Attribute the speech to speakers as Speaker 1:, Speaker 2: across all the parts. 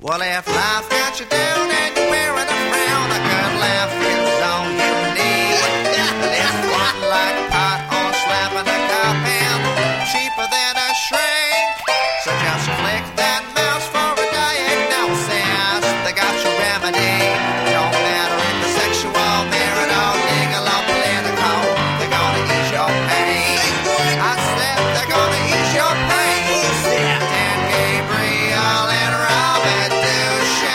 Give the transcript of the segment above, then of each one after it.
Speaker 1: Well, if life's got you down and you're wearing a frown, a good laugh is all you need. Lift one like pot or slapping a cop hand, cheaper than a shrink. So just flick that mouse for a diagnosis. They got your remedy. Don't matter if it's sexual, marital, legal, or political. They're gonna ease your pain. I said they're gonna ease your pain. Dan Gabriel and Robert Duchesne.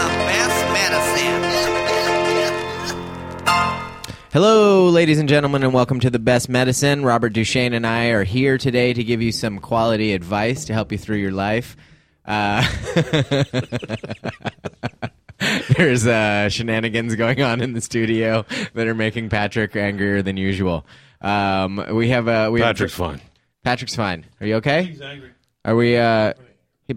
Speaker 1: The best medicine.
Speaker 2: Hello, ladies and gentlemen, and welcome to The Best Medicine. Robert Duchesne and I are here today to give you some quality advice to help you through your life. Uh, there's uh, shenanigans going on in the studio that are making Patrick angrier than usual. Um, we have uh, we have-
Speaker 3: Patrick's fine.
Speaker 2: Patrick's fine. Are you okay?
Speaker 4: He's angry.
Speaker 2: Are we? Uh,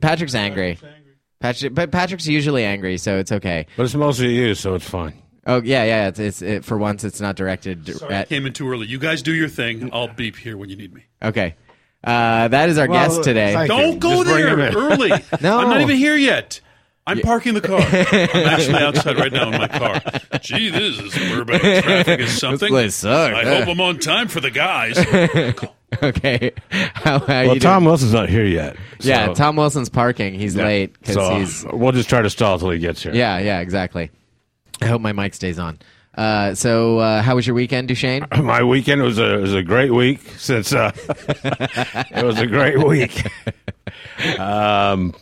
Speaker 2: Patrick's angry.
Speaker 4: He's angry.
Speaker 2: Patrick, but Patrick's usually angry, so it's okay.
Speaker 3: But it's mostly you, so it's fine.
Speaker 2: Oh yeah, yeah. It's, it's it, for once it's not directed d-
Speaker 4: Sorry, I
Speaker 2: at
Speaker 4: came in too early. You guys do your thing. I'll beep here when you need me.
Speaker 2: Okay. Uh, that is our
Speaker 3: Well,
Speaker 2: guest today.
Speaker 3: thank you.
Speaker 4: Don't go
Speaker 3: Just bring
Speaker 4: there
Speaker 3: him in.
Speaker 4: early.
Speaker 2: No.
Speaker 4: I'm not even here yet. I'm parking the car. I'm actually outside right now in my car. Gee, this is Burbank traffic is something.
Speaker 2: place sucks.
Speaker 4: I hope I'm on time for the guys.
Speaker 2: okay. How, how
Speaker 3: Well,
Speaker 2: you
Speaker 3: Tom
Speaker 2: doing?
Speaker 3: Wilson's not here yet.
Speaker 2: Yeah,
Speaker 3: so-
Speaker 2: Tom Wilson's parking. He's
Speaker 3: Yeah.
Speaker 2: late because
Speaker 3: So uh,
Speaker 2: he's.
Speaker 3: we'll just try to stall till he gets here.
Speaker 2: Yeah, yeah, exactly. I hope my mic stays on. Uh, so, uh, how was your weekend, Duchesne?
Speaker 3: My weekend was a was a great week since uh, it was a great week. um,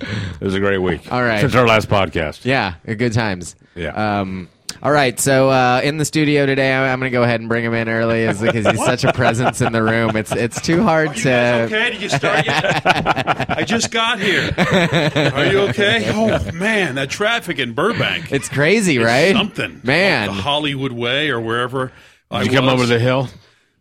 Speaker 3: it was a great week.
Speaker 2: All right.
Speaker 3: since our last podcast.
Speaker 2: Yeah, good times.
Speaker 3: Yeah.
Speaker 2: Um, all right, so uh, in the studio today, I'm, I'm going to go ahead and bring him in early, is because he's such a presence in the room. It's it's too hard
Speaker 4: You
Speaker 2: to.
Speaker 4: guys okay? Did you start yet? I just got here. Are you okay? Oh man, that traffic in Burbank.
Speaker 2: It's crazy, right?
Speaker 4: Something.
Speaker 2: man.
Speaker 4: Up the Hollywood Way or wherever. I
Speaker 3: Did you come
Speaker 4: was.
Speaker 3: over the hill?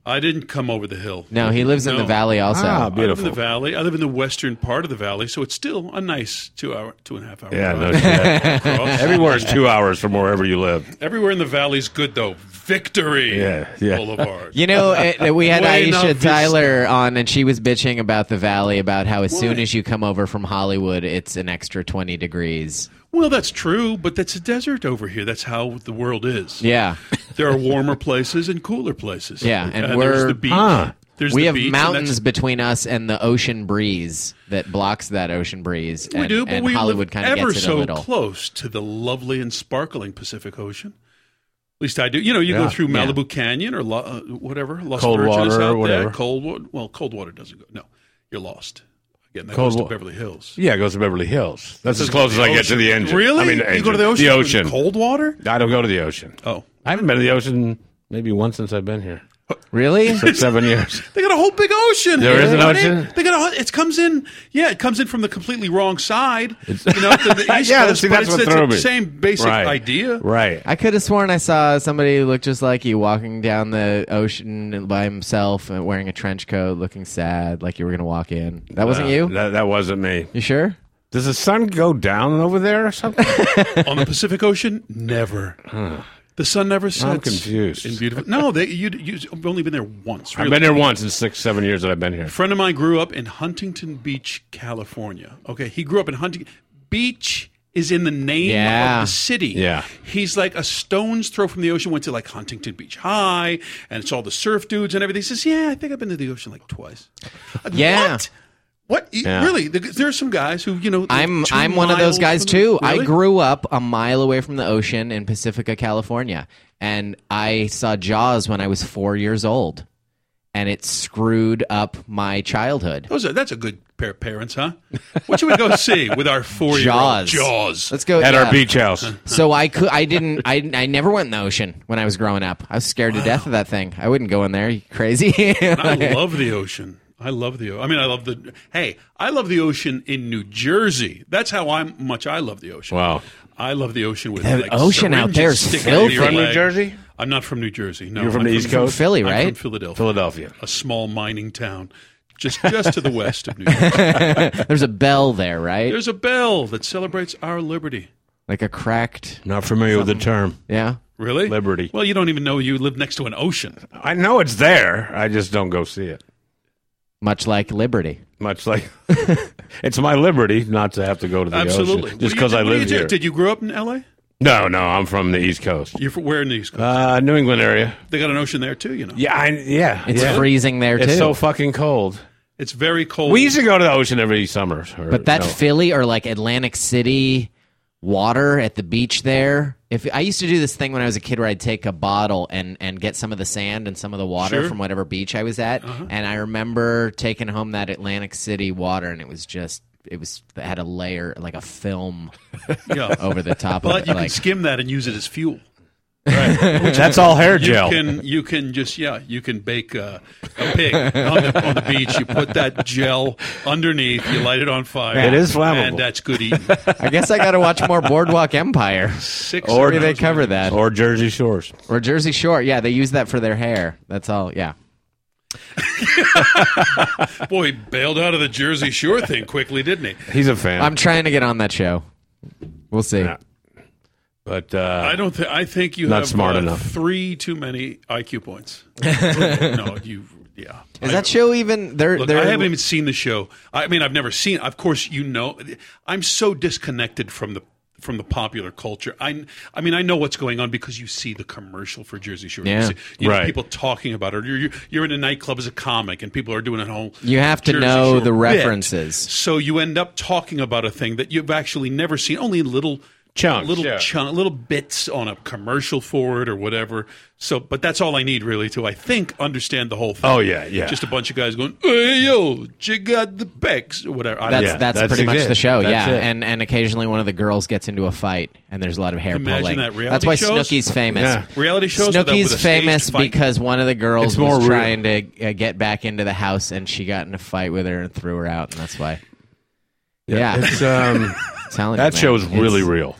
Speaker 4: I didn't come over the hill.
Speaker 2: no, he lives in
Speaker 4: No.
Speaker 2: the valley also.
Speaker 3: Ah,
Speaker 4: I live in
Speaker 3: beautiful.
Speaker 4: the valley. I live in the western part of the valley, so it's still a nice two hour, two and a half hour.
Speaker 3: Yeah, no
Speaker 4: drive.
Speaker 3: shit.
Speaker 4: Across.
Speaker 3: Everywhere's two hours from wherever you live.
Speaker 4: Everywhere in the valley's good though. Victory
Speaker 3: Yeah, yeah.
Speaker 4: Boulevard.
Speaker 2: You know, uh, we had
Speaker 4: Buena
Speaker 2: Aisha
Speaker 4: Vista.
Speaker 2: Tyler on, and she was bitching about the valley, about how as soon
Speaker 4: Why?
Speaker 2: as you come over from Hollywood, it's an extra 20 degrees.
Speaker 4: Well, that's true, but that's a desert over here. That's how the world is.
Speaker 2: Yeah.
Speaker 4: There are warmer places and cooler places.
Speaker 2: Yeah, and
Speaker 4: there's
Speaker 2: we're-
Speaker 4: the beach.
Speaker 3: Huh.
Speaker 4: There's
Speaker 2: we
Speaker 4: the
Speaker 2: have
Speaker 4: beach, and that's-
Speaker 2: mountains between us and the ocean breeze that blocks that ocean breeze.
Speaker 4: We
Speaker 2: and,
Speaker 4: do, but
Speaker 2: and
Speaker 4: we
Speaker 2: Hollywood
Speaker 4: live
Speaker 2: kind of
Speaker 4: ever
Speaker 2: gets it
Speaker 4: so
Speaker 2: a little.
Speaker 4: close to the lovely and sparkling Pacific Ocean. At least I do. You know, you
Speaker 3: Yeah.
Speaker 4: go through
Speaker 2: Yeah.
Speaker 4: Malibu Canyon or lo- uh, whatever, Los
Speaker 3: Cold
Speaker 4: Virgenes
Speaker 3: water or
Speaker 4: out
Speaker 3: whatever.
Speaker 4: there. Cold water. Well, cold water doesn't go. No, you're lost. Again, that
Speaker 3: Cold
Speaker 4: goes to
Speaker 3: wa-
Speaker 4: Beverly Hills.
Speaker 3: Yeah, it goes to Beverly Hills. That's as close as I get to the engine.
Speaker 4: Really?
Speaker 3: I mean,
Speaker 4: you go to the ocean.
Speaker 3: The
Speaker 4: in
Speaker 3: ocean.
Speaker 4: Cold water.
Speaker 3: I don't go to the ocean.
Speaker 4: Oh,
Speaker 3: I haven't been to the ocean maybe once since I've been here.
Speaker 2: Really?
Speaker 3: Six, seven years.
Speaker 4: they got a whole big ocean.
Speaker 3: There is an
Speaker 4: They-
Speaker 3: ocean?
Speaker 4: They got a. whole- It comes in. Yeah, it comes in from the completely wrong side. you know, the, the East
Speaker 3: yeah,
Speaker 4: Coast,
Speaker 3: see,
Speaker 4: but
Speaker 3: that's
Speaker 4: it's,
Speaker 3: what
Speaker 4: it's
Speaker 3: threw
Speaker 4: the
Speaker 3: me.
Speaker 4: Same basic
Speaker 3: Right.
Speaker 4: idea.
Speaker 3: Right.
Speaker 2: I could have sworn I saw somebody who looked just like you walking down the ocean by himself and wearing a trench coat, looking sad, like you were going to walk in. That wasn't you?
Speaker 3: Uh, That, that wasn't me.
Speaker 2: you sure?
Speaker 3: Does the sun go down over there or something?
Speaker 4: on the Pacific Ocean? Never. The sun never sets.
Speaker 3: confused.
Speaker 4: In beautiful. No, they, you, you've only been there once.
Speaker 3: I've
Speaker 4: really.
Speaker 3: been here once in six, seven years that I've been here.
Speaker 4: A friend of mine grew up in Huntington Beach, California. Okay, he grew up in Huntington Beach. Is in the name
Speaker 2: Yeah.
Speaker 4: of the city.
Speaker 3: Yeah.
Speaker 4: he's like a stone's throw from the ocean. Went to like Huntington Beach High, and it's all the surf dudes and everything. He says, "Yeah, I think I've been to the ocean like twice." Uh,
Speaker 2: Yeah.
Speaker 4: what? What? E, Really? There there are some guys who you know.
Speaker 2: I'm
Speaker 4: two
Speaker 2: I'm one of
Speaker 4: miles
Speaker 2: those guys
Speaker 4: from-
Speaker 2: too. I
Speaker 4: Really?
Speaker 2: grew up a mile away from the ocean in Pacifica, California, and I saw Jaws when I was 4 years old, and it screwed up my childhood.
Speaker 4: Those are, that's a good pair of parents, huh? What should we go see with our four year old
Speaker 2: Jaws.
Speaker 4: Jaws?
Speaker 2: Let's go
Speaker 3: At
Speaker 2: yeah.
Speaker 3: our beach house.
Speaker 2: So I could I didn't I I never went in the ocean when I was growing up. I was scared to death of that thing. I wouldn't go in there. You crazy?
Speaker 4: I love the ocean. I love the. o- I mean, I love the. Hey, I love the ocean in New Jersey. That's how I'm much. I love the ocean.
Speaker 3: Wow.
Speaker 4: I love the ocean with
Speaker 2: The
Speaker 4: like,
Speaker 2: ocean out there is
Speaker 4: syringes sticking out of your
Speaker 2: filthy.
Speaker 3: You're from New
Speaker 4: leg.
Speaker 3: Jersey?
Speaker 4: I'm not from New Jersey. No,
Speaker 3: You're from
Speaker 4: I'm
Speaker 3: the East
Speaker 2: From
Speaker 3: Coast?
Speaker 2: Philly,
Speaker 4: I'm
Speaker 2: right?
Speaker 4: from Philadelphia,
Speaker 3: Philadelphia.
Speaker 4: a small mining town, just just to the west of New Jersey.
Speaker 2: There's a bell there, right?
Speaker 4: There's a bell that celebrates our liberty.
Speaker 2: like a cracked.
Speaker 3: Not familiar with the term.
Speaker 2: Yeah.
Speaker 4: Really?
Speaker 3: Liberty.
Speaker 4: Well, you don't even know you live next to an ocean.
Speaker 3: I know it's there. I just don't go see it.
Speaker 2: Much like Liberty.
Speaker 3: Much like it's my liberty not to have to go to the
Speaker 4: Absolutely.
Speaker 3: ocean
Speaker 4: What
Speaker 3: just
Speaker 4: do you-
Speaker 3: because I
Speaker 4: what do you
Speaker 3: live
Speaker 4: do?
Speaker 3: here.
Speaker 4: Did you grow up in L.A.?
Speaker 3: No, no, I'm from the East Coast,
Speaker 4: You're from where in the East Coast?
Speaker 3: uh, New England area.
Speaker 4: they got an ocean there too. You know,
Speaker 3: Yeah, I, yeah,
Speaker 2: It's
Speaker 3: yeah.
Speaker 2: freezing there
Speaker 3: It's
Speaker 2: too.
Speaker 3: so fucking cold.
Speaker 4: it's very cold.
Speaker 3: We used to go to the ocean every summer. or-
Speaker 2: but that
Speaker 3: no.
Speaker 2: Philly or like Atlantic City water at the beach there. If I used to do this thing when I was a kid where I'd take a bottle and and get some of the sand and some of the water
Speaker 4: Sure.
Speaker 2: from whatever beach I was at, and I remember taking home that Atlantic City water, and it was just it was it had a layer like a film
Speaker 4: yeah.
Speaker 3: Oh,
Speaker 2: over the top of
Speaker 4: but
Speaker 2: it.
Speaker 4: you can
Speaker 2: like
Speaker 4: skim that and use it as fuel.
Speaker 3: that's all hair
Speaker 4: You
Speaker 3: gel.
Speaker 4: can you can just yeah you can bake uh, a pig on the, on the beach. You put that gel underneath. You light it on fire.
Speaker 3: It is flammable.
Speaker 4: and that's good eating.
Speaker 2: I guess I got to watch more Boardwalk Empire.
Speaker 4: Six
Speaker 2: Or do
Speaker 4: hours,
Speaker 2: they cover that?
Speaker 3: or Jersey Shores.
Speaker 2: Or Jersey Shore? Yeah, they use that for their hair. That's all. Yeah.
Speaker 4: man. Boy, he bailed out of the Jersey Shore thing quickly, didn't he?
Speaker 3: He's a fan.
Speaker 2: I'm trying to get on that show. We'll see.
Speaker 3: Yeah. but uh,
Speaker 4: I don't. Th- I think you
Speaker 3: Not
Speaker 4: have
Speaker 3: smart
Speaker 4: uh,
Speaker 3: enough.
Speaker 4: Three too many IQ points. no, you. Yeah.
Speaker 2: Is that show even? They're,
Speaker 4: Look,
Speaker 2: they're
Speaker 4: I haven't even seen the show. I mean, I've never seen. Of course, you know, I'm so disconnected from the from the popular culture. I, I mean, I know what's going on because you see the commercial for Jersey Shore.
Speaker 2: Yeah.
Speaker 4: you see, you know,
Speaker 3: Right.
Speaker 4: people talking about it. Or you're, you're- you're in a nightclub as a comic, and people are doing it whole.
Speaker 2: You have to
Speaker 4: Jersey
Speaker 2: know
Speaker 4: Shore
Speaker 2: the
Speaker 4: bit.
Speaker 2: references.
Speaker 4: so you end up talking about a thing that you've actually never seen, only in little
Speaker 3: Chunks,
Speaker 4: little
Speaker 3: yeah.
Speaker 4: chunk, little bits on a commercial for it or whatever. So, but that's all I need really to, I think, understand the whole thing.
Speaker 3: Oh, yeah, yeah.
Speaker 4: Just a bunch of guys going, "Hey yo, check out the pecs or whatever." I don't
Speaker 2: That's
Speaker 4: know.
Speaker 3: Yeah,
Speaker 2: that's,
Speaker 3: that's
Speaker 2: pretty much
Speaker 3: it.
Speaker 2: the show,
Speaker 3: That's
Speaker 2: yeah.
Speaker 3: it.
Speaker 2: And and occasionally one of the girls gets into a fight, and there's a lot of hair
Speaker 4: Imagine
Speaker 2: pulling.
Speaker 4: that reality
Speaker 2: that's why
Speaker 4: shows?
Speaker 2: Snooki's famous.
Speaker 3: Yeah.
Speaker 4: Reality shows with a-
Speaker 2: Snooki's
Speaker 4: with a staged
Speaker 2: famous
Speaker 4: fight?
Speaker 2: because one of the girls
Speaker 3: It's more
Speaker 2: was
Speaker 3: real.
Speaker 2: trying to uh, get back into the house, and she got in a fight with her and threw her out, and that's why. Yeah,
Speaker 3: it's, um,
Speaker 2: telling you,
Speaker 3: that
Speaker 2: man.
Speaker 3: show's really
Speaker 2: It's-
Speaker 3: real.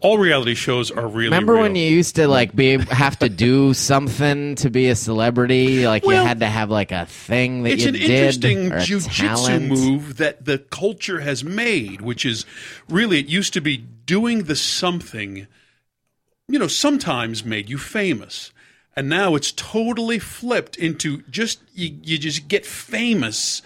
Speaker 4: all reality shows are really.
Speaker 2: Remember
Speaker 4: real.
Speaker 2: when you used to like be have to do something to be a celebrity? Like
Speaker 4: Well,
Speaker 2: you had to have like a thing that
Speaker 4: It's
Speaker 2: you
Speaker 4: an
Speaker 2: did.
Speaker 4: interesting
Speaker 2: or a
Speaker 4: jujitsu
Speaker 2: talent.
Speaker 4: move that the culture has made, which is really it used to be doing the something, you know, sometimes made you famous, and now it's totally flipped into just you, you just get famous,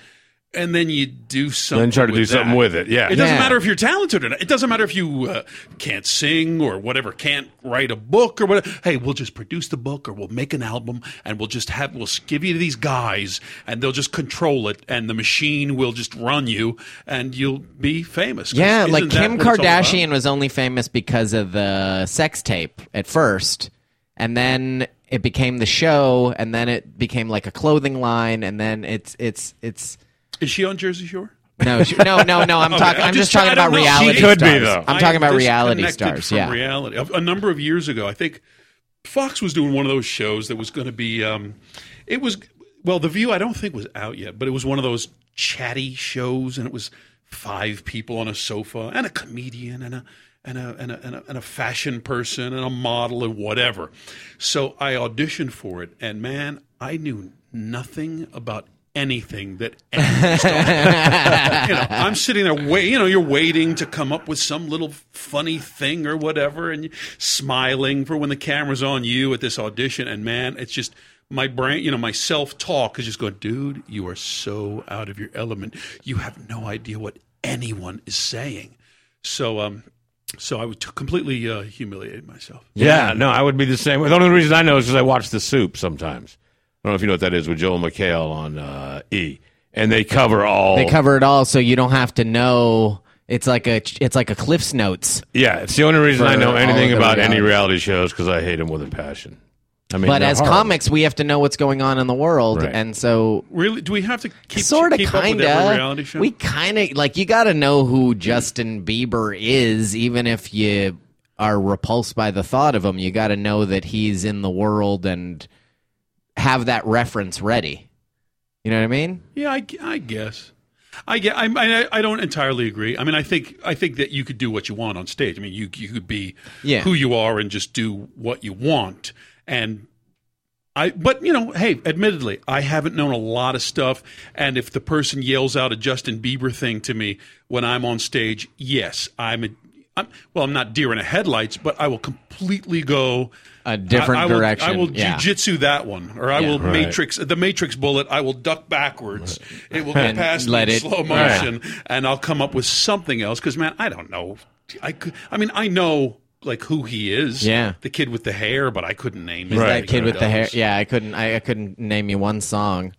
Speaker 4: and then you do something.
Speaker 3: Then try to do
Speaker 4: with
Speaker 3: something
Speaker 4: that.
Speaker 3: with it. Yeah.
Speaker 4: It doesn't
Speaker 2: Yeah.
Speaker 4: matter if you're talented or not. It doesn't matter if you uh, can't sing or whatever, can't write a book or whatever. Hey, we'll just produce the book or we'll make an album and we'll just have we'll give you to these guys and they'll just control it and the machine will just run you and you'll be famous. 'Cause
Speaker 2: Yeah,
Speaker 4: isn't
Speaker 2: like
Speaker 4: that
Speaker 2: Kim
Speaker 4: what it's all about?
Speaker 2: Kardashian was only famous because of the sex tape at first, and then it became the show, and then it became like a clothing line, and then it's it's it's
Speaker 4: Is she on Jersey Shore?
Speaker 2: no she, no no no. I'm talking.
Speaker 4: I'm
Speaker 2: I'm,
Speaker 4: just
Speaker 2: just,
Speaker 4: try- I
Speaker 2: talking about
Speaker 4: don't know. She
Speaker 2: reality.
Speaker 3: could be,
Speaker 2: stars.
Speaker 3: though.
Speaker 2: I'm
Speaker 4: I
Speaker 2: talking
Speaker 4: am
Speaker 2: about reality
Speaker 4: disconnected
Speaker 2: stars.
Speaker 4: From
Speaker 2: Yeah,
Speaker 4: reality. A, a number of years ago, I think Fox was doing one of those shows that was going to be. Um, it was well, The View. I don't think was out yet, but it was one of those chatty shows, and it was five people on a sofa and a comedian and a. And a, and, a, and, a, and a fashion person and a model and whatever. So I auditioned for it, and man, I knew nothing about anything that any you know, I'm sitting there wait. You know, you're waiting to come up with some little funny thing or whatever, and you're smiling for when the camera's on you at this audition. And man, it's just my brain. You know, my self talk is just going, dude, you are so out of your element. You have no idea what anyone is saying. So, um, so I would t- completely uh, humiliated myself.
Speaker 3: Yeah, no, I would be the same. way. The only reason I know is because I watch The Soup sometimes. I don't know if you know what that is with Joel McHale on uh, E, and they cover all.
Speaker 2: they cover it all, so you don't have to know. It's like a it's like a Cliff's Notes.
Speaker 3: yeah, it's the only reason I
Speaker 2: For
Speaker 3: know
Speaker 2: all
Speaker 3: anything
Speaker 2: of the
Speaker 3: about any
Speaker 2: realities.
Speaker 3: reality shows because I hate them with a passion. I mean,
Speaker 2: But
Speaker 3: they're
Speaker 2: as
Speaker 3: horrible.
Speaker 2: comics, we have to know what's going on in the world,
Speaker 3: Right.
Speaker 2: and so
Speaker 4: Really? Do we have to keep,
Speaker 2: sort of
Speaker 4: keep up
Speaker 2: kind
Speaker 4: with every reality
Speaker 2: of
Speaker 4: show?
Speaker 2: we kind of like you got to know who Justin Bieber is even if you are repulsed by the thought of him you got to know that he's in the world and have that reference ready you know what I mean
Speaker 4: Yeah, I, I guess. I get. I, I I don't entirely agree. I mean, I think I think that you could do what you want on stage. I mean, you you could be
Speaker 2: Yeah.
Speaker 4: who you are and just do what you want. And I, but you know, hey, admittedly, I haven't known a lot of stuff. And if the person yells out a Justin Bieber thing to me when I'm on stage, yes, I'm a, I'm, well, I'm not deer in the headlights, but I will completely go
Speaker 2: A different
Speaker 4: I, I will,
Speaker 2: direction,
Speaker 4: I will
Speaker 2: yeah.
Speaker 4: jujitsu that one, or I
Speaker 2: Yeah.
Speaker 4: will
Speaker 2: Right.
Speaker 4: matrix the matrix bullet. I will duck backwards. It will go
Speaker 2: And
Speaker 4: past me
Speaker 2: let
Speaker 4: in
Speaker 2: it-
Speaker 4: slow motion, and I'll come up with something else. Because man, I don't know. I could. I mean, I know like who he is.
Speaker 2: Yeah.
Speaker 4: the kid with the hair, but I couldn't name him.
Speaker 3: Right.
Speaker 2: That kid with the hair. Yeah, I couldn't. I, I couldn't name you one song.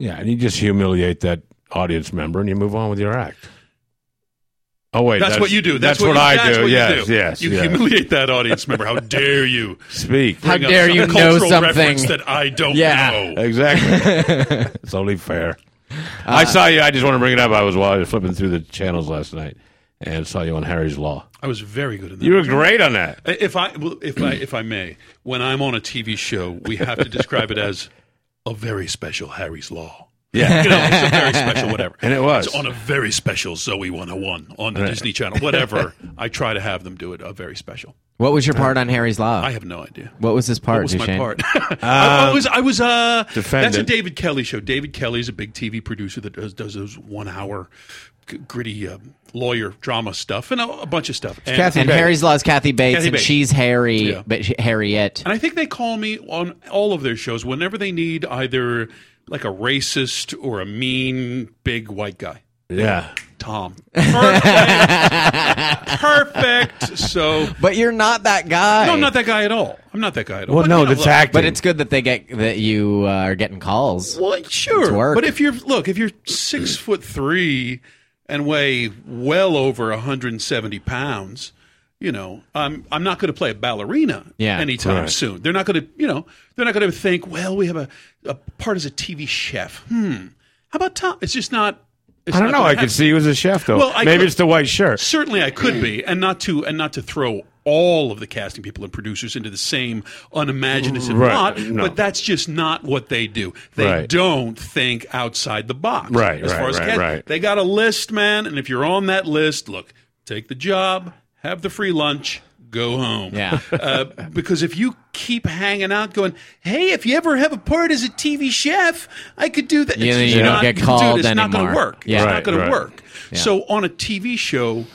Speaker 3: Yeah, and you just humiliate that audience member, and you move on with your act. Oh wait,
Speaker 4: That's, what you do. That's,
Speaker 3: what,
Speaker 4: you-
Speaker 3: I
Speaker 4: that's
Speaker 3: do.
Speaker 4: what you
Speaker 3: yes, yes,
Speaker 4: You
Speaker 3: yes.
Speaker 4: humiliate that audience member. How dare you?
Speaker 3: Speak
Speaker 2: How
Speaker 4: bring up
Speaker 2: dare
Speaker 4: some
Speaker 2: you know
Speaker 4: cultural
Speaker 2: something.
Speaker 4: reference that I don't
Speaker 2: Yeah.
Speaker 4: know.
Speaker 3: exactly. it's only fair. I saw you. I just want to bring it up. I was while I was flipping through the channels last night and saw you on Harry's Law.
Speaker 4: I was very good in that.
Speaker 3: You were great on that.
Speaker 4: if I well, if I if I may, when I'm on a TV show, we have to describe it as a very special Harry's Law.
Speaker 3: Yeah.
Speaker 4: You know, it's a very special whatever.
Speaker 3: And it was.
Speaker 4: It's on a very special Zoe 101 on the Disney Channel, whatever. I try to have them do it a very special.
Speaker 2: What was your part on Harry's Law?
Speaker 4: Uh, I have no idea.
Speaker 2: what was his part?
Speaker 4: What was my
Speaker 2: Duchesne?
Speaker 4: part? I, I was I was uh that's a
Speaker 3: Uh, defendant.
Speaker 4: David Kelly show. David Kelly's a big TV producer that does does those one hour g- gritty um, lawyer drama stuff and a, a bunch of stuff. And,
Speaker 2: and Harry's Law is Kathy Bates,
Speaker 4: Kathy
Speaker 2: and
Speaker 4: Bates.
Speaker 2: she's Harry,
Speaker 4: Yeah.
Speaker 2: but she, Harriet.
Speaker 4: and I think they call me on all of their shows whenever they need either like a racist or a mean big white guy.
Speaker 3: Yeah.
Speaker 4: Tom. Perfect. Perfect. So
Speaker 2: But you're not that guy.
Speaker 4: no, I'm not that guy at all. I'm not that guy at all.
Speaker 3: Well,
Speaker 4: But,
Speaker 3: no,
Speaker 4: you know,
Speaker 3: that's
Speaker 4: look,
Speaker 3: acting.
Speaker 2: But it's good that they get that you uh, are getting calls.
Speaker 4: Well, like, sure,
Speaker 2: work.
Speaker 4: but if you're look, if you're
Speaker 3: Mm.
Speaker 4: six foot three and weigh well over 170 pounds, you know, I'm I'm not going to play a ballerina
Speaker 2: Yeah.
Speaker 4: anytime
Speaker 3: Right.
Speaker 4: soon. They're not going to, you know, they're not going to think, well, we have a, a part as a TV chef. Hmm. How about Tom? It's just not. It's
Speaker 3: I don't know.
Speaker 4: not gonna
Speaker 3: I could
Speaker 4: happen.
Speaker 3: see you as a chef though.
Speaker 4: Well, I
Speaker 3: Maybe
Speaker 4: could-
Speaker 3: it's the white shirt.
Speaker 4: Certainly, I could be, and not to and not to throw all of the casting people and producers into the same unimaginative
Speaker 3: Right,
Speaker 4: lot.
Speaker 3: no.
Speaker 4: But that's just not what they do. They
Speaker 3: Right.
Speaker 4: don't think outside the box.
Speaker 3: Right,
Speaker 4: As
Speaker 3: right,
Speaker 4: far as
Speaker 3: right,
Speaker 4: cast-
Speaker 3: right.
Speaker 4: they got a list, man, and if you're on that list, look, take the job, have the free lunch. Go home.
Speaker 2: Yeah.
Speaker 4: Uh, because if you keep hanging out going, hey, if you ever have a part as a TV chef, I could do that.
Speaker 2: Yeah,
Speaker 4: It's
Speaker 2: then
Speaker 4: just
Speaker 2: you don't
Speaker 4: not-
Speaker 2: get
Speaker 4: dude,
Speaker 2: called
Speaker 4: It's not going
Speaker 2: anymore.
Speaker 4: to work.
Speaker 2: Yeah.
Speaker 4: It's
Speaker 3: Right,
Speaker 4: not going
Speaker 3: right.
Speaker 4: to work work. So on a TV show,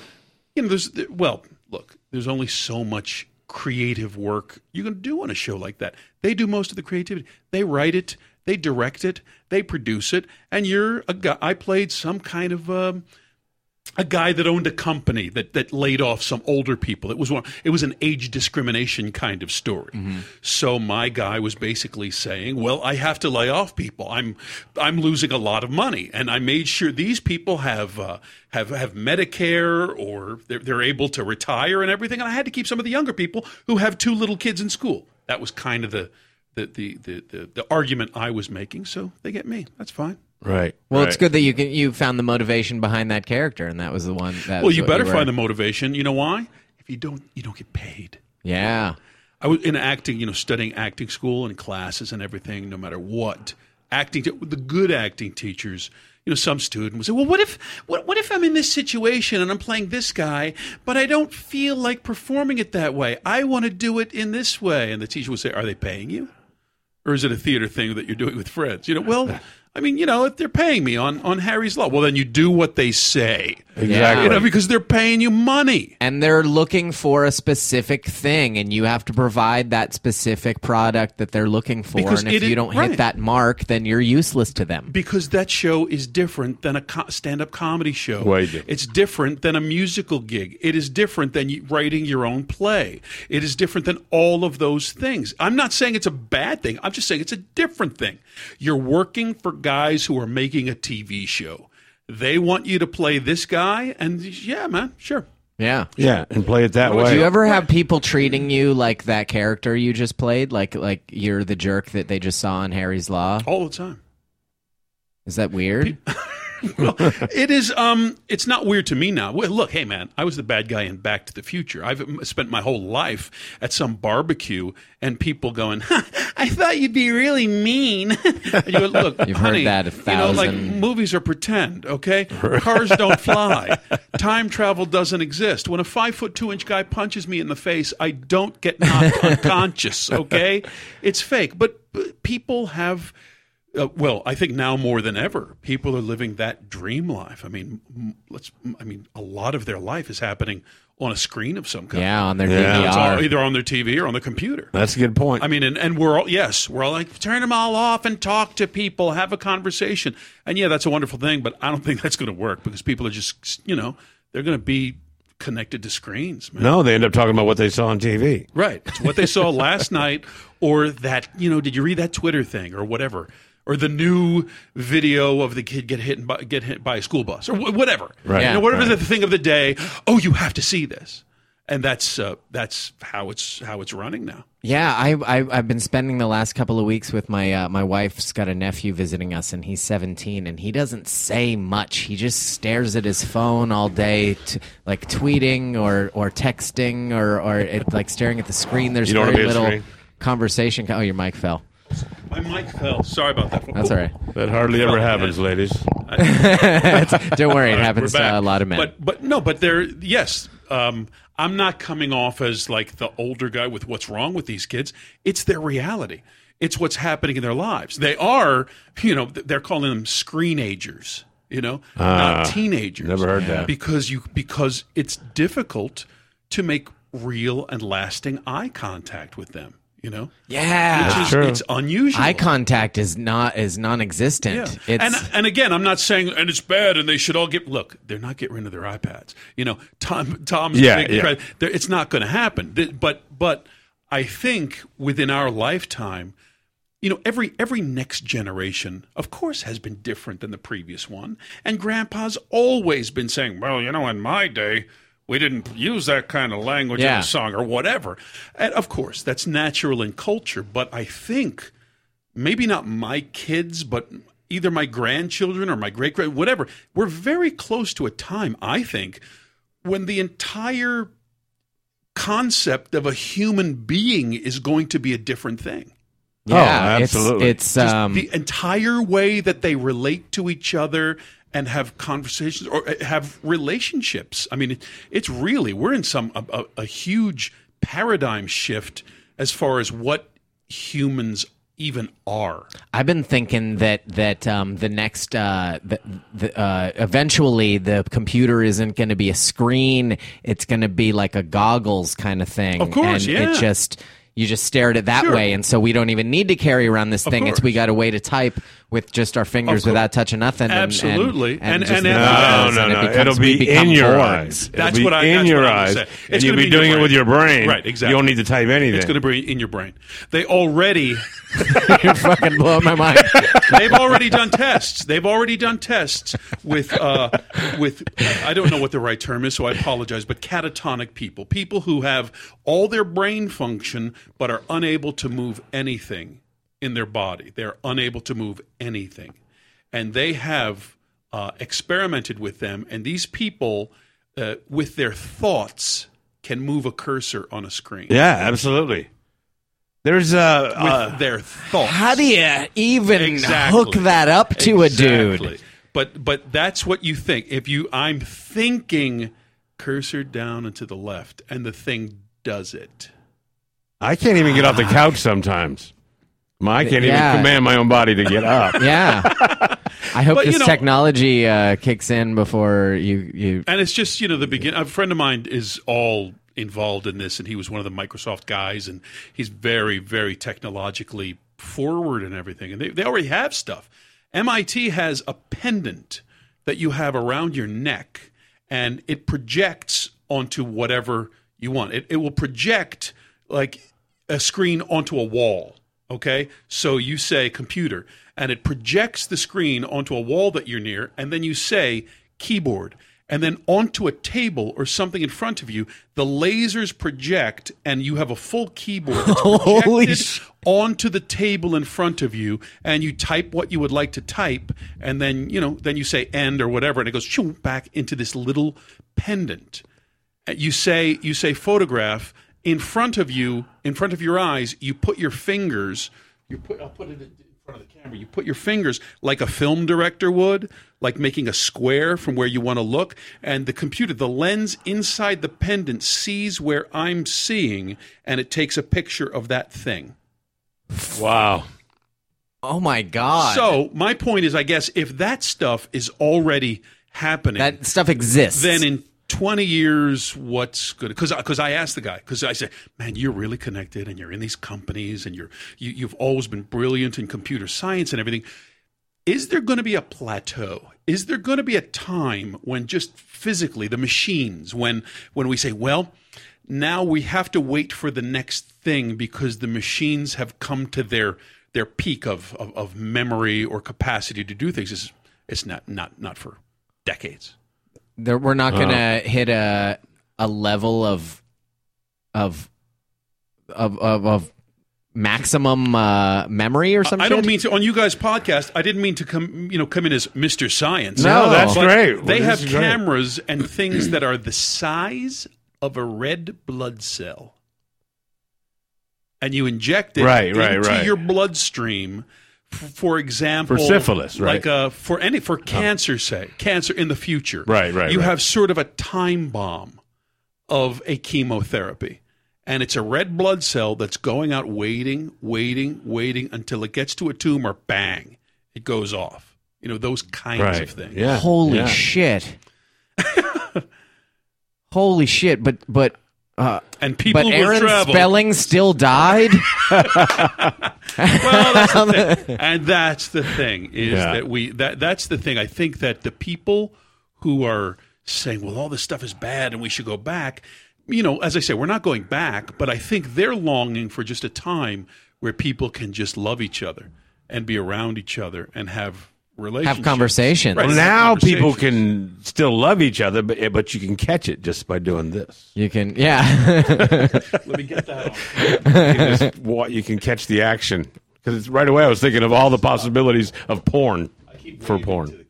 Speaker 4: you know, there's there- well, look, there's only so much creative work you can do on a show like that. They do most of the creativity. They write it, they direct it, they produce it, and you're a guy. I played some kind of. Um, a guy that owned a company that, that laid off some older people. It was one. It was an age discrimination kind of story. So my guy was basically saying, "Well, I have to lay off people. I'm I'm losing a lot of money, and I made sure these people have uh, have have Medicare or they're, they're able to retire and everything. And I had to keep some of the younger people who have two little kids in school. That was kind of the the the the, the, the argument I was making. So they get me. That's fine.
Speaker 3: Right.
Speaker 2: Well,
Speaker 3: right.
Speaker 2: it's good that you can, you found the motivation behind that character, and that was the one. That
Speaker 4: Well, you better find the motivation. You know why? If you don't, you don't get paid.
Speaker 2: Yeah.
Speaker 4: I was in acting, you know, studying acting school and classes and everything. No matter what, acting te- the good acting teachers. You know, some student would say, "Well, what if what, what if I'm in this situation and I'm playing this guy, but I don't feel like performing it that way? I want to do it in this way." And the teacher would say, "Are they paying you, or is it a theater thing that you're doing with friends?" You know, well, I mean, you know, if they're paying me on on Harry's Law, well, then you do what they say.
Speaker 3: Exactly.
Speaker 4: You know, because they're paying you money.
Speaker 2: And they're looking for a specific thing, and you have to provide that specific product that they're looking for.
Speaker 4: Because
Speaker 2: and if
Speaker 4: it is-
Speaker 2: you don't hit
Speaker 4: right.
Speaker 2: that mark, then you're useless to them.
Speaker 4: Because that show is different than a co- stand-up comedy show.
Speaker 3: Way different.
Speaker 4: It's different than a musical gig. It is different than you, writing your own play. It is different than all of those things. I'm not saying it's a bad thing. I'm just saying it's a different thing. You're working for guys who are making a TV show. They want you to play this guy, and yeah, man, sure.
Speaker 2: Yeah.
Speaker 3: Yeah, and play it that
Speaker 2: Do
Speaker 3: way.
Speaker 2: you ever have people treating you like that character you just played, like like you're the jerk that they just saw in Harry's Law?
Speaker 4: All the time.
Speaker 2: Is that weird?
Speaker 4: it is um it's not weird to me now well, look hey man i was the bad guy in back to the future i've um, spent my whole life at some barbecue and people going "Huh, i thought you'd be really mean And you go, look
Speaker 2: You've heard
Speaker 4: honey,
Speaker 2: that a
Speaker 4: you know like
Speaker 2: thousand-
Speaker 4: movies are pretend okay cars don't fly time travel doesn't exist when a five foot two inch guy punches me in the face i don't get knocked unconscious okay it's fake but, but people have uh, well, I think now more than ever, people are living that dream life. I mean, m- let's. I mean, a lot of their life is happening on a screen of some kind.
Speaker 2: Yeah, on their
Speaker 3: Yeah.
Speaker 4: It's all-
Speaker 2: DVR.
Speaker 4: either on their TV or on the computer.
Speaker 3: That's a good point.
Speaker 4: I mean, and, and we're all, yes, we're all like, turn them all off and talk to people, have a conversation. And yeah, that's a wonderful thing, but I don't think that's going to work because people are just, you know, they're going to be connected to screens, man.
Speaker 3: no, they end up talking about what they saw on TV.
Speaker 4: Right. It's what they saw last night or that, you know, did you read that Twitter thing or whatever? Or the new video of the kid get hit by, get hit by a school bus or wh- whatever.
Speaker 3: Right.
Speaker 4: You know,
Speaker 2: Yeah,
Speaker 4: whatever
Speaker 3: right.
Speaker 4: the thing of the day. Oh, you have to see this. And that's uh, that's how it's how it's running now.
Speaker 2: Yeah, I, I I've been spending the last couple of weeks with my uh, my wife's got a nephew visiting us, and he's 17, and he doesn't say much. He just stares at his phone all day, t- like tweeting or or texting or or it, like staring at the screen. There's
Speaker 3: You don't wanna
Speaker 2: very
Speaker 3: be at the
Speaker 2: little
Speaker 3: screen.
Speaker 2: conversation. Oh, your mic fell.
Speaker 4: My mic fell. Sorry about that.
Speaker 2: That's all right.
Speaker 3: That hardly ever happens, ladies.
Speaker 2: Don't worry, it
Speaker 4: All right,
Speaker 2: happens
Speaker 4: we're back.
Speaker 2: to a uh, lot of men.
Speaker 4: But but no, but there yes, um, I'm not coming off as like the older guy with what's wrong with these kids. It's their reality. It's what's happening in their lives. They are, you know, th- they're calling them screenagers, you know, not teenagers.
Speaker 3: Ah, never heard that.
Speaker 4: Because you because it's difficult to make real and lasting eye contact with them, you know?
Speaker 2: yeah,
Speaker 4: Which is
Speaker 3: true.
Speaker 4: it's unusual.
Speaker 2: eye contact is not is non-existent.
Speaker 4: Yeah.
Speaker 2: It's
Speaker 4: and uh, and again, I'm not saying and it's bad and they should all get look. They're not getting rid of their iPads. You know, Tom Tom's
Speaker 3: Yeah,
Speaker 4: big
Speaker 3: yeah.
Speaker 4: credit- there- It's not going to happen. Th- But but I think within our lifetime, you know, every every next generation, of course, has been different than the previous one. And Grandpa's always been saying, "Well, you know, in my day." We didn't use that kind of language in
Speaker 2: Yeah.
Speaker 4: a song or whatever. And of course, that's natural in culture, but I think maybe not my kids, but either my grandchildren or my great grand, whatever. We're very close to a time, I think, when the entire concept of a human being is going to be a different thing.
Speaker 2: yeah,
Speaker 4: Oh,
Speaker 2: it's-
Speaker 3: Oh, absolutely.
Speaker 2: It's, um,
Speaker 4: the entire way that they relate to each other and have conversations or uh, have relationships. I mean, it, it's really we're in some a, a, a huge paradigm shift as far as what humans even are.
Speaker 2: I've been thinking that that um, the next uh, the, the, uh, eventually the computer isn't going to be a screen. It's going to be like a goggles kind of thing.
Speaker 4: Of course,
Speaker 2: and
Speaker 4: yeah.
Speaker 2: It just you just stare at it that way, and so we don't even need to carry around this thing. It's we
Speaker 4: course.
Speaker 2: got a way to type with just our fingers
Speaker 4: course.
Speaker 2: without touching nothing. and- and-
Speaker 4: Absolutely.
Speaker 2: and,
Speaker 4: And-
Speaker 2: just
Speaker 4: and-
Speaker 2: the
Speaker 4: and-
Speaker 3: No,
Speaker 2: buttons,
Speaker 3: no,
Speaker 2: and it
Speaker 3: no.
Speaker 2: becomes-
Speaker 3: It'll
Speaker 2: we
Speaker 3: be
Speaker 2: become
Speaker 3: in your
Speaker 2: boards.
Speaker 3: eyes. It'll
Speaker 4: That's
Speaker 3: be
Speaker 4: what I-
Speaker 3: in
Speaker 4: that's
Speaker 3: your
Speaker 4: what I'm
Speaker 3: eyes.
Speaker 4: gonna say. It's
Speaker 3: and you'll
Speaker 4: gonna
Speaker 3: be,
Speaker 4: be in your
Speaker 3: doing it with
Speaker 4: brain.
Speaker 3: your brain.
Speaker 4: Right, exactly.
Speaker 3: You don't need to type anything.
Speaker 4: It's going to be in your brain. They already
Speaker 2: You're fucking blowing my mind.
Speaker 4: they've already done tests. They've already done tests with uh, with I don't know what the right term is, so I apologize. But catatonic people, people who have all their brain function but are unable to move anything in their body. They're unable to move anything, and they have uh, experimented with them. And these people, uh, with their thoughts, can move a cursor on a screen
Speaker 3: yeah, absolutely. There's uh,
Speaker 4: with
Speaker 3: uh
Speaker 4: their thoughts.
Speaker 2: How do you even
Speaker 4: Exactly.
Speaker 2: hook that up to a dude?
Speaker 4: Exactly. But but that's what you think. If you I'm thinking cursor down and to the left and the thing does it.
Speaker 3: I can't even get off the couch sometimes. I can't
Speaker 2: Yeah.
Speaker 3: even command my own body to get up.
Speaker 2: Yeah. I hope
Speaker 4: But, you
Speaker 2: this
Speaker 4: know-
Speaker 2: technology uh, kicks in before you. you
Speaker 4: And it's just, you know, the begin a friend of mine is all involved in this and he was one of the Microsoft guys and he's very, very technologically forward and everything. And they, they already have stuff. MIT has a pendant that you have around your neck and it projects onto whatever you want. It, it will project like a screen onto a wall. Okay. So you say computer, and it projects the screen onto a wall that you're near, and then you say keyboard, and then onto a table or something in front of you. The lasers project, and you have a full keyboard that's
Speaker 2: Holy
Speaker 4: projected
Speaker 2: sh-
Speaker 4: onto the table in front of you, and you type what you would like to type, and then you know, then you say end or whatever, and it goes shoo, back into this little pendant you say you say photograph in front of you in front of your eyes you put your fingers you put i'll put it in front of the camera you put your fingers like a film director would like making a square from where you want to look and the computer the lens inside the pendant sees where i'm seeing and it takes a picture of that thing
Speaker 3: Wow.
Speaker 2: Oh my god.
Speaker 4: So my point is, I guess if that stuff is already happening,
Speaker 2: that stuff exists.
Speaker 4: then in 20 years, what's good? Because because I asked the guy because I said, man, you're really connected and you're in these companies and you're you, you've always been brilliant in computer science and everything. Is there going to be a plateau? Is there going to be a time when just physically the machines when when we say, well, now we have to wait for the next thing because the machines have come to their their peak of of, of memory or capacity to do things. It's, it's not not not for decades.
Speaker 2: there, we're not going to
Speaker 4: Uh-huh.
Speaker 2: hit a a level of of of of, of maximum uh, memory or something.
Speaker 4: I don't mean to on you guys' podcast. I didn't mean to come, you know, come in as Mr. Science.
Speaker 2: No,
Speaker 3: Oh, that's
Speaker 2: But
Speaker 3: great.
Speaker 4: They
Speaker 3: This
Speaker 4: have
Speaker 3: is great.
Speaker 4: cameras and things that are the size of a red blood cell, and you inject it
Speaker 3: Right,
Speaker 4: into
Speaker 3: right, right.
Speaker 4: your bloodstream. f- For example,
Speaker 3: For syphilis, right? Uh-huh.
Speaker 4: Like uh, for any for cancer, say cancer in the future,
Speaker 3: Right, right,
Speaker 4: You
Speaker 3: right.
Speaker 4: have sort of a time bomb of a chemotherapy. And it's a red blood cell that's going out waiting, waiting, waiting until it gets to a tumor, bang, it goes off. You know, those kinds
Speaker 3: Right.
Speaker 4: of things.
Speaker 3: Yeah.
Speaker 2: Holy
Speaker 3: yeah.
Speaker 2: shit! Holy shit! But but uh,
Speaker 4: And people
Speaker 2: but
Speaker 4: will
Speaker 2: Aaron
Speaker 4: travel.
Speaker 2: Spelling still died.
Speaker 4: well, that's the thing. And that's the thing is
Speaker 3: Yeah.
Speaker 4: that we that that's the thing. I think that the people who are saying, "Well, all this stuff is bad, and we should go back," you know, as I say, we're not going back, but I think they're longing for just a time where people can just love each other and be around each other and have relationships,
Speaker 2: Have conversations.
Speaker 4: Right.
Speaker 3: Well, now
Speaker 4: Conversations.
Speaker 3: people can still love each other, but but you can catch it just by doing this.
Speaker 2: You can yeah.
Speaker 4: Let me get that. Off.
Speaker 3: You can, just, wa- you can catch the action because right away I was thinking of all the possibilities of porn for porn.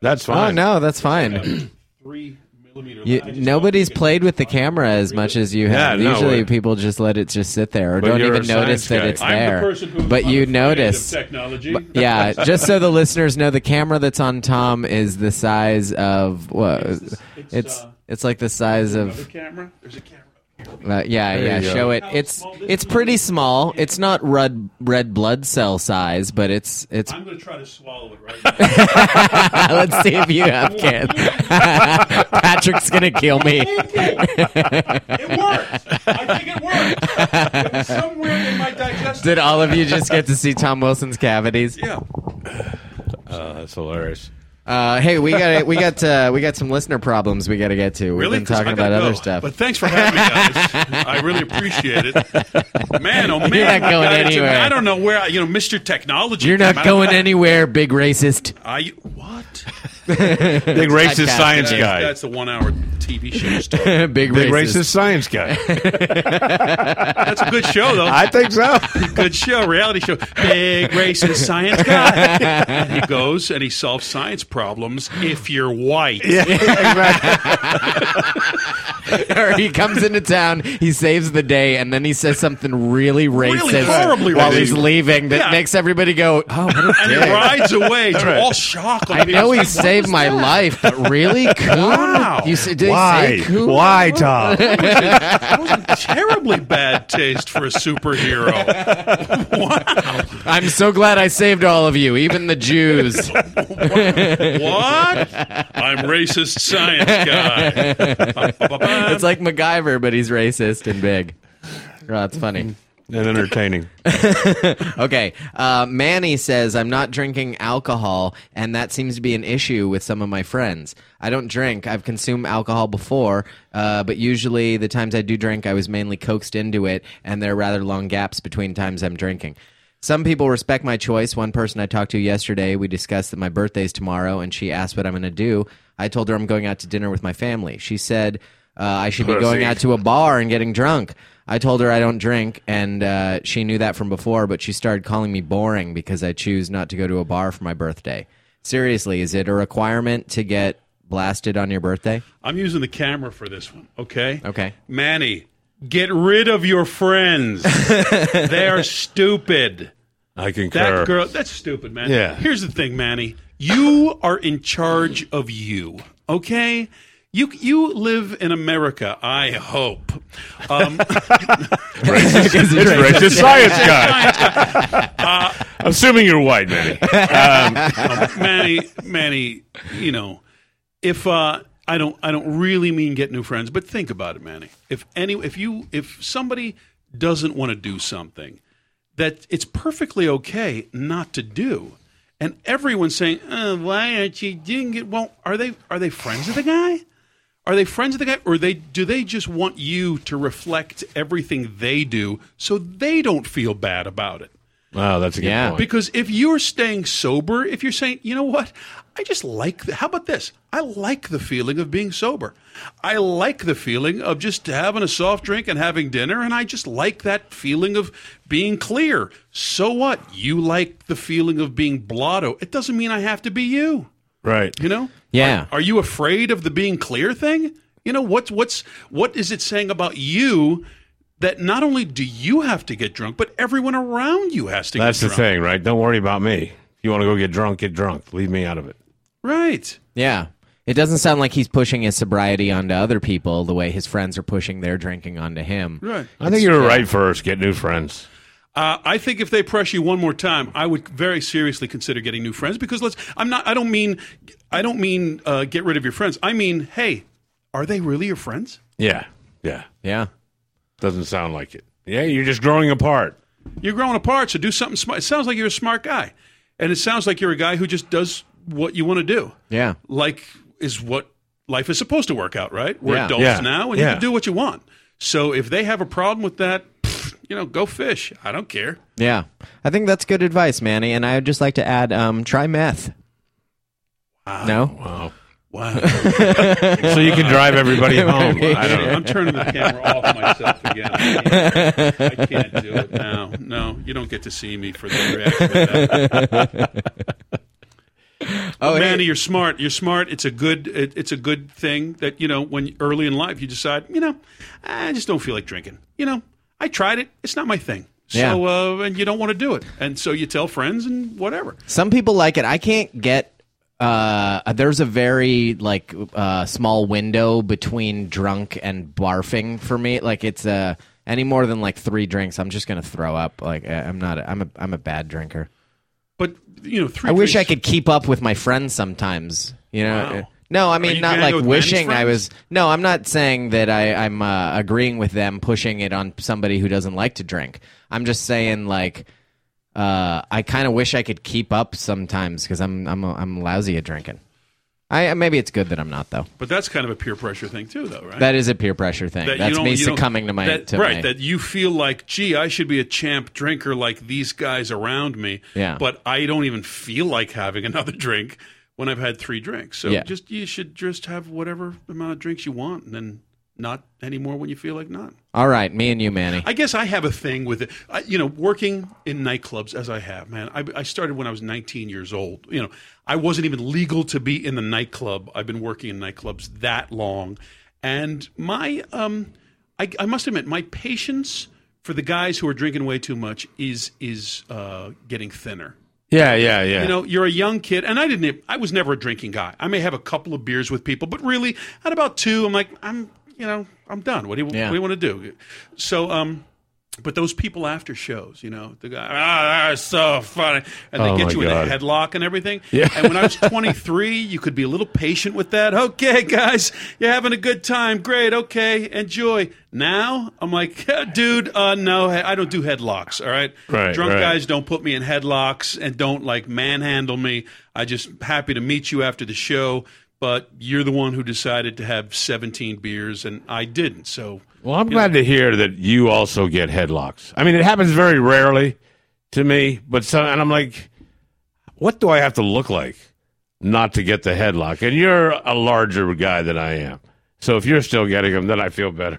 Speaker 3: That's
Speaker 2: oh
Speaker 3: fine.
Speaker 2: no, that's fine.
Speaker 4: Three millimeter.
Speaker 2: You,
Speaker 4: line. I just
Speaker 2: nobody's
Speaker 4: don't think
Speaker 2: played with the camera as much as you have.
Speaker 3: Yeah, no,
Speaker 2: Usually,
Speaker 3: uh,
Speaker 2: people just let it just sit there or
Speaker 3: But
Speaker 2: don't
Speaker 3: you're
Speaker 2: even
Speaker 3: a
Speaker 2: notice
Speaker 3: science
Speaker 2: that
Speaker 3: guy.
Speaker 2: it's
Speaker 4: it- I'm
Speaker 2: there.
Speaker 4: the person who's
Speaker 2: but you
Speaker 4: unafraid of
Speaker 2: notice.
Speaker 4: technology.
Speaker 2: yeah, just so the listeners know, the camera that's on Tom is the size of what? It's
Speaker 4: it's,
Speaker 2: it's,
Speaker 4: uh,
Speaker 2: like the size
Speaker 4: Another
Speaker 2: of
Speaker 4: camera. There's a camera.
Speaker 2: uh, yeah yeah.
Speaker 3: you go.
Speaker 2: Show it.
Speaker 4: How
Speaker 2: It's
Speaker 4: small this
Speaker 2: it's
Speaker 4: is.
Speaker 2: pretty small. It's not red red blood cell size, but it's it's. uh,
Speaker 4: I'm going to try to swallow it right now.
Speaker 2: Let's see if you have kids. Patrick's gonna kill me.
Speaker 4: It works. I think it works. It was somewhere in my digestive.
Speaker 2: Did all of you just get to see Tom Wilson's cavities?
Speaker 4: yeah. Oh,
Speaker 3: Uh, that's hilarious.
Speaker 2: Uh, hey, we got we got uh, we got some listener problems we got to get to. We've
Speaker 4: Really?
Speaker 2: been
Speaker 4: 'Cause I
Speaker 2: talking
Speaker 4: gotta
Speaker 2: about other
Speaker 4: go.
Speaker 2: stuff.
Speaker 4: But thanks for having me, guys. I really appreciate it. Man, oh man,
Speaker 2: not going
Speaker 4: guys,
Speaker 2: anywhere.
Speaker 4: I don't know where I, you know, Mr. Technology.
Speaker 2: You're not
Speaker 4: came out.
Speaker 2: going anywhere, big racist.
Speaker 4: I what?
Speaker 3: Big racist
Speaker 2: Podcast.
Speaker 3: science
Speaker 4: That's,
Speaker 3: guy.
Speaker 4: that's the one-hour TV show. story.
Speaker 2: big,
Speaker 3: Big
Speaker 2: racist.
Speaker 3: racist science guy.
Speaker 4: That's a good show, though.
Speaker 3: I think so.
Speaker 4: good show, reality show. Big racist science guy. and he goes and he solves science problems if you're white.
Speaker 2: or he comes into town, he saves the day, and then he says something really racist
Speaker 4: horribly
Speaker 2: while
Speaker 4: racist.
Speaker 2: he's leaving that
Speaker 4: Yeah.
Speaker 2: makes everybody go, "Oh, what a
Speaker 4: And he
Speaker 2: dick."
Speaker 4: rides away to all shock.
Speaker 2: I know he saved my life, but really, coon?
Speaker 4: Wow.
Speaker 2: You say, did
Speaker 3: Why?
Speaker 2: he say coon?
Speaker 3: Why, Tom?
Speaker 4: That was a terribly bad taste for a superhero.
Speaker 2: I'm so glad I saved all of you, even the Jews.
Speaker 4: What? I'm racist science guy. Ba-ba-ba-ba.
Speaker 2: it's like MacGyver, but he's racist and big. Oh, that's funny.
Speaker 3: and entertaining.
Speaker 2: Okay. Uh, Manny says, I'm not drinking alcohol, and that seems to be an issue with some of my friends. I don't drink. I've consumed alcohol before, uh, but usually the times I do drink, I was mainly coaxed into it, and there are rather long gaps between times I'm drinking. Some people respect my choice. One person I talked to yesterday, we discussed that my birthday's tomorrow, and she asked what I'm going to do. I told her I'm going out to dinner with my family. She said, uh, I should be going
Speaker 3: Pussy.
Speaker 2: out to a bar and getting drunk. I told her I don't drink, and uh, she knew that from before, but she started calling me boring because I choose not to go to a bar for my birthday. Seriously, is it a requirement to get blasted on your birthday?
Speaker 4: I'm using the camera for this one, okay?
Speaker 2: Okay.
Speaker 4: Manny, get rid of your friends. they are stupid.
Speaker 3: I concur.
Speaker 4: That girl, that's stupid, man.
Speaker 3: Yeah.
Speaker 4: Here's the thing, Manny. You are in charge of you, okay? You you live in America, I hope. Um,
Speaker 3: It's racist science guy.
Speaker 4: uh,
Speaker 3: Assuming you're white, Manny.
Speaker 4: Um, Manny, Manny, you know, if uh, I don't, I don't really mean get new friends, but think about it, Manny. If any, if you, if somebody doesn't want to do something, that it's perfectly okay not to do. And everyone's saying, oh, "Why aren't you doing it?" Well, are they are they friends of the guy? Are they friends of the guy, or they do they just want you to reflect everything they do so they don't feel bad about it?
Speaker 3: Wow, that's a good
Speaker 2: Yeah.
Speaker 3: point.
Speaker 4: Because if you're staying sober, if you're saying, you know what, I just like, the, how about this? I like the feeling of being sober. I like the feeling of just having a soft drink and having dinner, and I just like that feeling of being clear. So what? You like the feeling of being blotto. It doesn't mean I have to be you,
Speaker 3: right.
Speaker 4: you know?
Speaker 2: Yeah.
Speaker 4: Are you afraid of the being clear thing? You know what's what's what is it saying about you that not only do you have to get drunk, but everyone around you has to
Speaker 3: That's
Speaker 4: get
Speaker 3: the
Speaker 4: drunk.
Speaker 3: thing, right? Don't worry about me. If you want to go get drunk, get drunk. Leave me out of it.
Speaker 4: Right.
Speaker 2: Yeah. It doesn't sound like he's pushing his sobriety onto other people the way his friends are pushing their drinking onto him.
Speaker 4: Right.
Speaker 3: I think you were right first. Get new friends.
Speaker 4: Uh, I think if they press you one more time, I would very seriously consider getting new friends because let's. I'm not. I don't mean. I don't mean uh, get rid of your friends. I mean, hey, are they really your friends?
Speaker 3: Yeah. Yeah.
Speaker 2: Yeah.
Speaker 3: Doesn't sound like it. Yeah, you're just growing apart.
Speaker 4: You're growing apart, so do something smart. It sounds like you're a smart guy, and it sounds like you're a guy who just does what you want to do.
Speaker 2: Yeah.
Speaker 4: like is what life is supposed to work out, right? We're
Speaker 2: Yeah.
Speaker 4: adults
Speaker 3: Yeah.
Speaker 4: now, and
Speaker 3: Yeah.
Speaker 4: you can do what you want. So if they have a problem with that, pfft, you know, go fish. I don't care.
Speaker 2: Yeah. I think that's good advice, Manny. And I would just like to add um, try meth. no?
Speaker 3: Wow.
Speaker 4: Wow,
Speaker 3: So you can drive everybody home. I don't know.
Speaker 4: I'm turning the camera off myself again. I can't, I can't do it now. No, you don't get to see me for the reaction. Like that.
Speaker 2: Oh,
Speaker 4: Manny, you're smart. You're smart. It's a good. It, it's a good thing that you know when early in life you decide. You know, I just don't feel like drinking. You know, I tried it. It's not my thing. So
Speaker 2: Yeah.
Speaker 4: uh, and you don't want to do it, and so you tell friends and whatever.
Speaker 2: Some people like it. I can't get. Uh, there's a very like uh, small window between drunk and barfing for me. Like it's uh, any more than like three drinks, I'm just gonna throw up. Like I- I'm not. A, I'm a. I'm a bad drinker.
Speaker 4: But you know, three.
Speaker 2: I wish I
Speaker 4: drinks-
Speaker 2: could keep up with my friends sometimes. You know.
Speaker 4: Wow.
Speaker 2: No, I
Speaker 4: you
Speaker 2: mean not
Speaker 4: gonna
Speaker 2: like
Speaker 4: go with
Speaker 2: wishing
Speaker 4: Manny's
Speaker 2: I was. No, I'm not saying that I, I'm uh, agreeing with them pushing it on somebody who doesn't like to drink. I'm just saying like uh, I kind of wish I could keep up sometimes because I'm I'm I'm lousy at drinking. I maybe it's good that I'm not though.
Speaker 4: But that's kind of a peer pressure thing too, though, right?
Speaker 2: That is a peer pressure thing.
Speaker 4: That you
Speaker 2: That's
Speaker 4: don't-
Speaker 2: me
Speaker 4: you don't-
Speaker 2: succumbing to my
Speaker 4: that-
Speaker 2: to
Speaker 4: right.
Speaker 2: my-
Speaker 4: That you feel like, gee, I should be a champ drinker like these guys around me.
Speaker 2: Yeah.
Speaker 4: But I don't even feel like having another drink when I've had three drinks. So
Speaker 2: Yeah.
Speaker 4: just you should just have whatever amount of drinks you want, and then not anymore when you feel like not.
Speaker 2: All right, me and you, Manny.
Speaker 4: I guess I have a thing with it. I, you know, working in nightclubs as I have, man. I, I started when I was 19 years old. You know, I wasn't even legal to be in the nightclub. I've been working in nightclubs that long, and my, um, I, I must admit, my patience for the guys who are drinking way too much is is uh, getting thinner.
Speaker 3: Yeah, yeah, yeah.
Speaker 4: You know, you're a young kid, and I didn't. e, I was never a drinking guy. I may have a couple of beers with people, but really, at about two, I'm like, I'm, you know, I'm done. What do you,
Speaker 2: Yeah.
Speaker 4: what do you want to do? So, um, but those people after shows, you know, the guy, ah, that's so funny, and they
Speaker 3: Oh, my
Speaker 4: get you
Speaker 3: God.
Speaker 4: in a headlock and everything. Yeah. And when I was 23, you could be a little patient with that. Okay, guys, you're having a good time. Great. Okay, enjoy. Now I'm like, dude, uh, no, I don't do headlocks. All right,
Speaker 3: Right,
Speaker 4: Drunk
Speaker 3: right.
Speaker 4: guys guys don't put me in headlocks and don't like manhandle me. I just happy to meet you after the show, but you're the one who decided to have 17 beers and I didn't. So
Speaker 3: Well, I'm glad to hear that you also get headlocks. I mean, it happens very rarely to me, but some, and I'm like, what do I have to look like not to get the headlock? And you're a larger guy than I am, so if you're still getting them, then I feel better.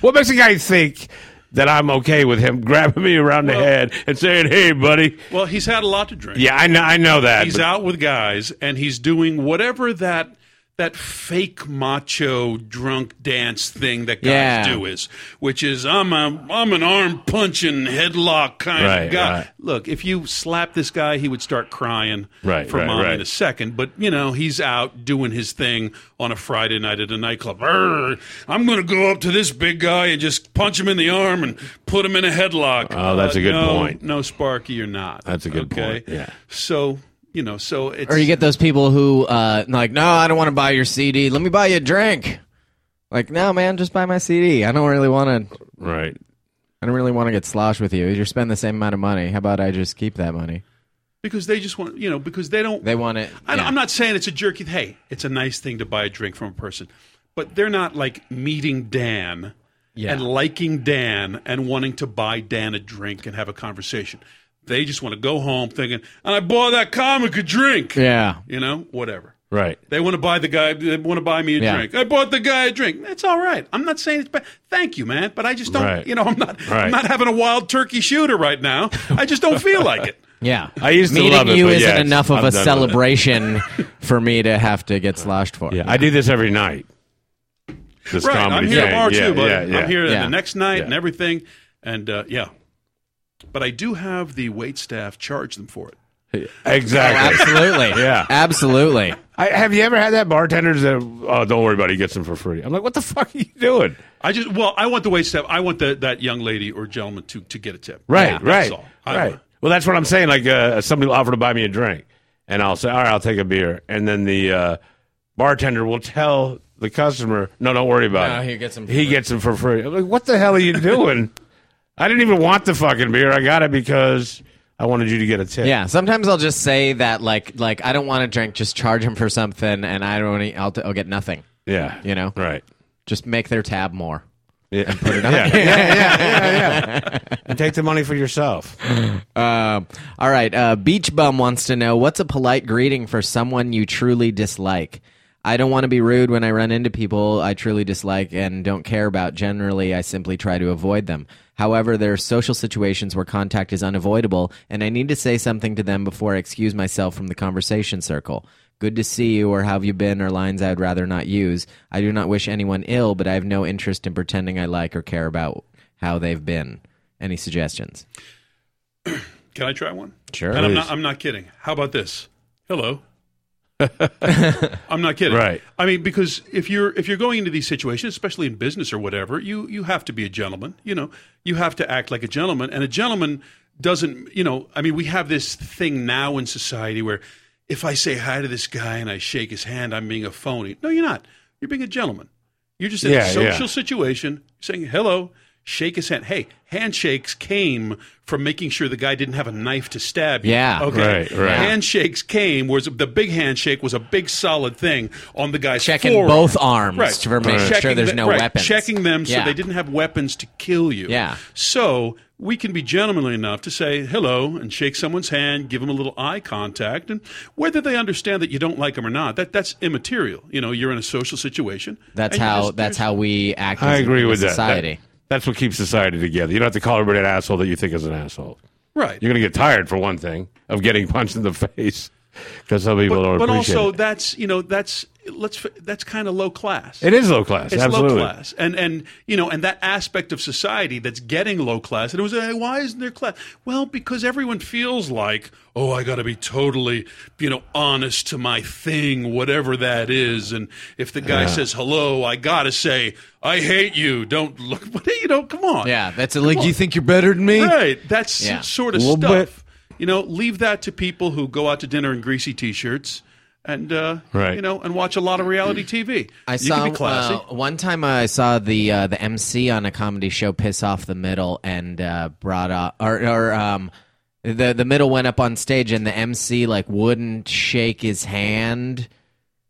Speaker 3: What makes a guy think that I'm okay with him grabbing me around the head and saying, "Hey, buddy"?
Speaker 4: well, he's had a lot to drink.
Speaker 3: Yeah, I know, I know that.
Speaker 4: He's
Speaker 3: but-
Speaker 4: out with guys and he's doing whatever that that fake macho drunk dance thing that guys
Speaker 2: Yeah.
Speaker 4: do is, which is I'm a I'm an arm punching headlock kind
Speaker 3: Right,
Speaker 4: of guy.
Speaker 3: right.
Speaker 4: Look, if you slap this guy, he would start crying
Speaker 3: Right,
Speaker 4: for
Speaker 3: right,
Speaker 4: mom
Speaker 3: right.
Speaker 4: in a second. But you know, he's out doing his thing on a Friday night at a nightclub. "Arr, I'm going to go up to this big guy and just punch him in the arm and put him in a headlock. Uh,
Speaker 3: Oh, that's a good
Speaker 4: no,
Speaker 3: point.
Speaker 4: No, Sparky, you're not.
Speaker 3: That's a good
Speaker 4: okay?
Speaker 3: point, yeah.
Speaker 4: So you know, so it's
Speaker 2: Or you get those people who uh like, no, I don't want to buy your CD. Let me buy you a drink. Like, no, man, just buy my CD. I don't really want to.
Speaker 3: Right.
Speaker 2: I don't really want to get sloshed with you. You spend the same amount of money. How about I just keep that money?
Speaker 4: because they just want you know because they don't.
Speaker 2: They want it.
Speaker 4: I,
Speaker 2: yeah.
Speaker 4: I'm not saying it's a jerky. Hey, it's a nice thing to buy a drink from a person, but they're not like meeting Dan
Speaker 2: Yeah.
Speaker 4: and liking Dan and wanting to buy Dan a drink and have a conversation. They just want to go home thinking, "I bought that comic a drink."
Speaker 2: Yeah.
Speaker 4: You know, whatever.
Speaker 3: Right.
Speaker 4: They want to buy the guy. They want to buy me a
Speaker 2: Yeah.
Speaker 4: drink. I bought the guy a drink. That's all right. I'm not saying it's bad. Thank you, man. But I just don't.
Speaker 3: Right.
Speaker 4: You know, I'm not.
Speaker 3: Right.
Speaker 4: I'm not having a wild turkey shooter right now. I just don't feel like it.
Speaker 2: Yeah.
Speaker 3: I used to
Speaker 2: Meeting
Speaker 3: love it,
Speaker 2: you
Speaker 3: but yeah,
Speaker 2: isn't
Speaker 3: it's-
Speaker 2: enough of
Speaker 3: I'm
Speaker 2: a
Speaker 3: done with it.
Speaker 2: celebration for me to have to get sloshed for.
Speaker 3: Yeah, I do this every night. This
Speaker 4: right.
Speaker 3: comedy
Speaker 4: I'm here
Speaker 3: thing.
Speaker 4: tomorrow
Speaker 3: yeah,
Speaker 4: too, buddy.
Speaker 3: Yeah, yeah.
Speaker 4: I'm here
Speaker 2: Yeah.
Speaker 4: the next night
Speaker 3: Yeah.
Speaker 4: and everything. And uh, yeah, but I do have the wait staff charge them for it.
Speaker 3: Exactly.
Speaker 2: Absolutely.
Speaker 3: Yeah.
Speaker 2: Absolutely.
Speaker 3: I, have you ever had that bartenders that? Oh, don't worry about it. He gets them for free. I'm like, what the fuck are you doing?
Speaker 4: I just well, I want the wait staff. I want the, that young lady or gentleman to to get a tip.
Speaker 3: Right,
Speaker 4: That's
Speaker 3: right,
Speaker 4: all. I-
Speaker 3: right. Well, that's what I'm saying. Like, uh, somebody will offer to buy me a drink, and I'll say, "All right, I'll take a beer," and then the uh, bartender will tell the customer, "No, don't worry about
Speaker 2: No,
Speaker 3: it.
Speaker 2: he gets 'em for
Speaker 3: He
Speaker 2: free."
Speaker 3: gets 'em for free." I'm like, "What the hell are you doing? I didn't even want the fucking beer. I got it because I wanted you to get a tip."
Speaker 2: Yeah. Sometimes I'll just say that, like, like I don't want a drink. Just charge him for something, and I don't. e- I'll, I'll get nothing.
Speaker 3: yeah,
Speaker 2: You know?
Speaker 3: right.
Speaker 2: Just make their tab more.
Speaker 3: Yeah. yeah, yeah, yeah, yeah, yeah. And take the money for yourself.
Speaker 2: Um, all right. Uh, Beach Bum wants to know what's a polite greeting for someone you truly dislike? I don't want to be rude when I run into people I truly dislike and don't care about. Generally, I simply try to avoid them. However, there are social situations where contact is unavoidable, and I need to say something to them before I excuse myself from the conversation circle. Good to see you, or how have you been, or lines I'd rather not use. I do not wish anyone ill, but I have no interest in pretending I like or care about how they've been. Any suggestions?
Speaker 4: Can I try one?
Speaker 2: Sure.
Speaker 4: And I'm
Speaker 3: Please.
Speaker 4: not, I'm not kidding. How about this? Hello. I'm not kidding.
Speaker 3: Right.
Speaker 4: I mean, because if you're if you're going into these situations, especially in business or whatever, you you have to be a gentleman. You know, you have to act like a gentleman, and a gentleman doesn't. You know, I mean, we have this thing now in society where if I say hi to this guy and I shake his hand, I'm being a phony. No, you're not. You're being a gentleman. You're just in
Speaker 3: Yeah,
Speaker 4: a
Speaker 3: yeah.
Speaker 4: social situation, saying hello, shake his hand. Hey, handshakes came from making sure the guy didn't have a knife to stab you.
Speaker 2: Yeah.
Speaker 4: Okay.
Speaker 3: Right, right.
Speaker 4: Handshakes came was the big handshake was a big solid thing on the guy's
Speaker 2: checking
Speaker 4: forearm.
Speaker 2: both arms
Speaker 4: Right.
Speaker 2: to make sure
Speaker 4: Checking
Speaker 2: there's
Speaker 4: the-
Speaker 2: no
Speaker 4: right.
Speaker 2: weapons.
Speaker 4: Checking them so
Speaker 2: Yeah.
Speaker 4: they didn't have weapons to kill you.
Speaker 2: Yeah.
Speaker 4: So we can be gentlemanly enough to say hello and shake someone's hand, give them a little eye contact, and whether they understand that you don't like them or not, that that's immaterial. You know, you're in a social situation.
Speaker 2: That's
Speaker 4: and you
Speaker 2: how
Speaker 4: just-
Speaker 2: that's how we act.
Speaker 3: I
Speaker 2: as a-
Speaker 3: agree with
Speaker 2: as a
Speaker 3: that.
Speaker 2: society.
Speaker 3: That- That's what keeps society together. You don't have to call everybody an asshole that you think is an asshole.
Speaker 4: right.
Speaker 3: You're going to get tired for one thing of getting punched in the face because some people don't
Speaker 4: but
Speaker 3: appreciate
Speaker 4: also
Speaker 3: it.
Speaker 4: that's you know that's let's that's kind of low class.
Speaker 3: It is low class.
Speaker 4: It's
Speaker 3: absolutely.
Speaker 4: low class, and and you know, and that aspect of society that's getting low class. And it was, hey, why isn't there class? Well, because everyone feels like, oh, I got to be totally, you know, honest to my thing, whatever that is. And if the guy says hello, I got to say, I hate you. Don't look, you know, come on,
Speaker 2: Yeah, that's a, like you think you're better than me.
Speaker 4: right? That's
Speaker 2: Yeah.
Speaker 4: sort of
Speaker 3: Little
Speaker 4: stuff.
Speaker 3: bit.
Speaker 4: You know, leave that to people who go out to dinner in greasy t-shirts. And uh,
Speaker 3: Right.
Speaker 4: you know, and watch a lot of reality TV.
Speaker 2: I
Speaker 4: you
Speaker 2: saw
Speaker 4: can be classy.
Speaker 2: uh, one time I saw the uh, the MC on a comedy show piss off the middle and uh, brought up or, or um the the middle went up on stage and the MC like wouldn't shake his hand.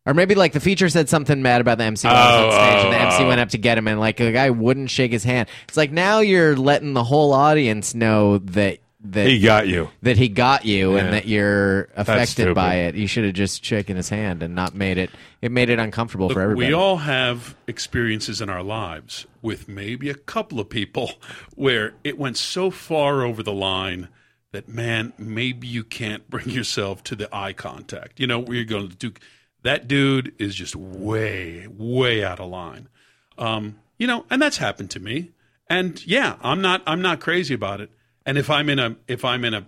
Speaker 2: Or maybe like the feature said something mad about the MC while he was on
Speaker 3: Oh,
Speaker 2: stage, and the
Speaker 3: oh,
Speaker 2: MC
Speaker 3: oh.
Speaker 2: went up to get him, and like the guy wouldn't shake his hand. It's like now you're letting the whole audience know that that
Speaker 3: He got you.
Speaker 2: that he got you and that you're affected
Speaker 3: stupid.
Speaker 2: by it. You should have just shaken his hand and not made it. It made it uncomfortable for everybody.
Speaker 4: We all have experiences in our lives with maybe a couple of people where it went so far over the line that man, maybe you can't bring yourself to the eye contact. You know, where you're going to do That dude is just way, way out of line. Um, you know, and that's happened to me. And yeah, I'm not I'm not crazy about it. And if I'm in a if I'm in a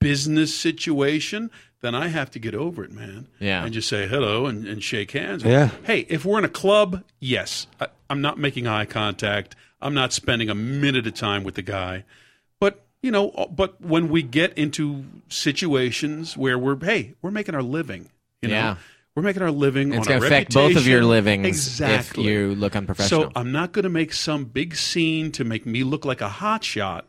Speaker 4: business situation, then I have to get over it, man.
Speaker 2: Yeah.
Speaker 4: And just say hello and, and shake hands.
Speaker 3: Yeah.
Speaker 4: Hey, if we're in a club, yes, I, I'm not making eye contact. I'm not spending a minute of time with the guy. But you know, uh, but when we get into situations where we're hey, we're making our living. You know,
Speaker 2: Yeah.
Speaker 4: we're making our living.
Speaker 2: It's
Speaker 4: on
Speaker 2: going
Speaker 4: our
Speaker 2: to affect both of your
Speaker 4: reputation.
Speaker 2: livings
Speaker 4: exactly.
Speaker 2: if you look unprofessional.
Speaker 4: So I'm not going to make some big scene to make me look like a hotshot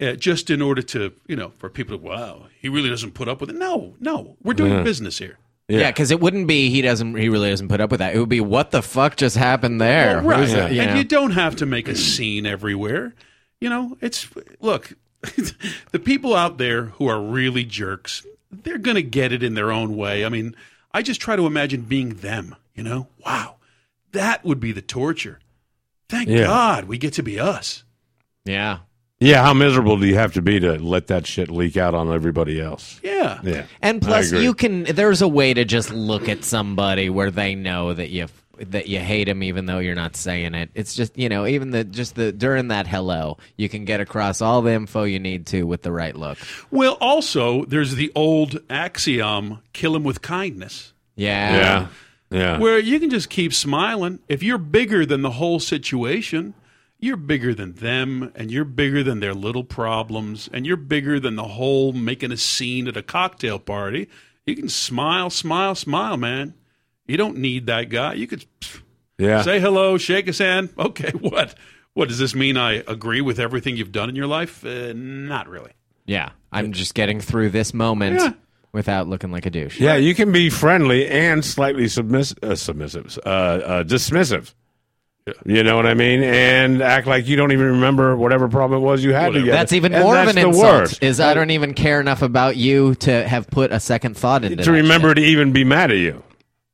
Speaker 4: uh, just in order to, you know, for people to, wow, he really doesn't put up with it. No, no, we're doing business here.
Speaker 2: yeah, because it wouldn't be he doesn't he really doesn't put up with that. It would be what the fuck just happened there?
Speaker 4: Well, right.
Speaker 2: Who's that? You
Speaker 4: and
Speaker 2: know?
Speaker 4: you don't have to make a scene everywhere. You know, it's look, the people out there who are really jerks, they're going to get it in their own way. I mean, I just try to imagine being them, you know? Wow. That would be the torture. Thank
Speaker 3: Yeah.
Speaker 4: God we get to be us.
Speaker 2: yeah.
Speaker 3: Yeah, how miserable do you have to be to let that shit leak out on everybody else?
Speaker 4: Yeah.
Speaker 3: Yeah.
Speaker 2: And
Speaker 3: I
Speaker 2: plus,
Speaker 3: agree.
Speaker 2: you can. There's a way to just look at somebody where they know that you that you hate them, even though you're not saying it. It's just you know, even the just the during that hello, you can get across all the info you need to with the right look.
Speaker 4: Well, also, there's the old axiom kill him with kindness,
Speaker 2: Yeah,
Speaker 3: Yeah. Yeah.
Speaker 4: where you can just keep smiling. If you're bigger than the whole situation, you're bigger than them, and you're bigger than their little problems, and you're bigger than the whole making a scene at a cocktail party. You can smile, smile, smile, man. You don't need that guy. You could pff,
Speaker 3: yeah.
Speaker 4: say hello, shake his hand. Okay, what? What does this mean? I agree with everything you've done in your life? Uh, not really.
Speaker 2: yeah. I'm just getting through this moment
Speaker 4: Yeah.
Speaker 2: without looking like a douche.
Speaker 3: yeah, you can be friendly and slightly submiss- uh, submissive, uh, uh, dismissive. You know what I mean? And act like you don't even remember whatever problem it was you had
Speaker 4: Whatever.
Speaker 3: together.
Speaker 2: That's even
Speaker 3: And
Speaker 2: more of
Speaker 3: that's
Speaker 2: an
Speaker 3: the
Speaker 2: insult.
Speaker 3: worst.
Speaker 2: Is I don't even care enough about you to have put a second thought into
Speaker 3: to
Speaker 2: that shit.
Speaker 3: remember to even be mad at you.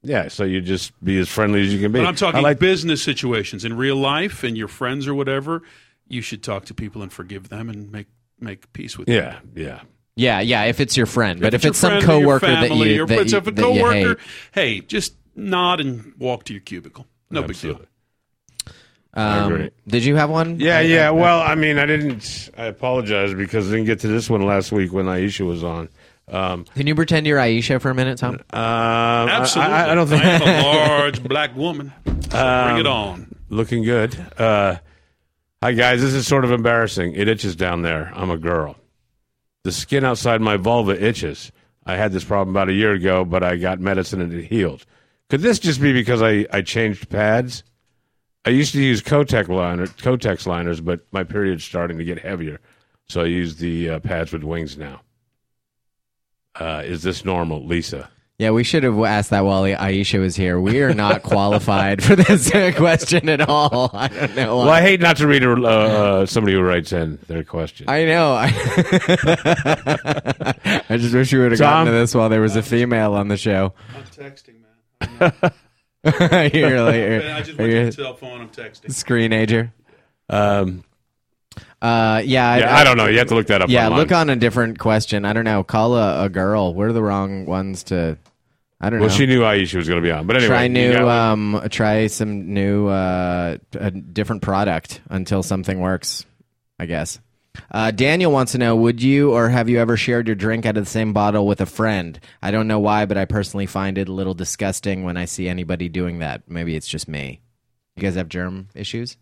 Speaker 3: Yeah, so you just be as friendly as you can be.
Speaker 4: But I'm
Speaker 3: I
Speaker 4: talking
Speaker 3: like
Speaker 4: business situations in real life and your friends or whatever. You should talk to people and forgive them and make make peace with them.
Speaker 3: Yeah, yeah.
Speaker 2: Yeah, yeah. If it's your friend, but if
Speaker 4: your
Speaker 2: it's some
Speaker 4: friend or your
Speaker 2: coworker that
Speaker 4: family
Speaker 2: you
Speaker 4: or
Speaker 2: that
Speaker 4: if it's
Speaker 2: you,
Speaker 4: a
Speaker 2: that you hate.
Speaker 4: coworker, hey, just nod and walk to your cubicle. No big
Speaker 3: Absolutely.
Speaker 4: deal.
Speaker 2: Um,
Speaker 3: agree.
Speaker 2: Did you have one?
Speaker 3: Yeah, yeah. well, I mean, I didn't. I apologize because I didn't get to this one last week when Aisha was on. Um,
Speaker 2: Can you pretend you're Aisha for a minute, Tom?
Speaker 3: um, I-
Speaker 4: Absolutely.
Speaker 3: I, I don't think
Speaker 4: am a large black woman. So bring
Speaker 2: Um,
Speaker 4: it on.
Speaker 3: looking good. Uh, hi guys, this is sort of embarrassing. It itches down there. I'm a girl. The skin outside my vulva itches. I had this problem about a year ago, but I got medicine and it healed. Could this just be because I, I changed pads? I used to use Kotex liner, Kotex liners, but my period's starting to get heavier, so I use the uh, pads with wings now. Uh, is this normal, Lisa?
Speaker 2: yeah, we should have asked that while Aisha was here. We are not qualified for this question at all. I don't know.
Speaker 3: Well,
Speaker 2: Why.
Speaker 3: I hate not to read a, uh, uh, somebody who writes in their question.
Speaker 2: I know. I, I just wish you would have
Speaker 3: Tom?
Speaker 2: gotten to this while there was a female on the show.
Speaker 4: I'm texting, man.
Speaker 2: you're like, are you a
Speaker 4: cell phone. I'm texting.
Speaker 2: screenager.
Speaker 3: um,
Speaker 2: Uh, yeah,
Speaker 3: Yeah, I don't know. You have to look that up.
Speaker 2: Yeah,
Speaker 3: online.
Speaker 2: look on a different question. I don't know. Call a, a girl. We're the wrong ones to. I don't
Speaker 3: Well,
Speaker 2: know.
Speaker 3: she knew Aisha was going to be on, but anyway,
Speaker 2: uh, try
Speaker 3: you
Speaker 2: new
Speaker 3: got one?
Speaker 2: um try some new uh a different product until something works i guess uh, Daniel wants to know: Would you or have you ever shared your drink out of the same bottle with a friend? I don't know why, but I personally find it a little disgusting when I see anybody doing that. Maybe it's just me. You guys have germ issues?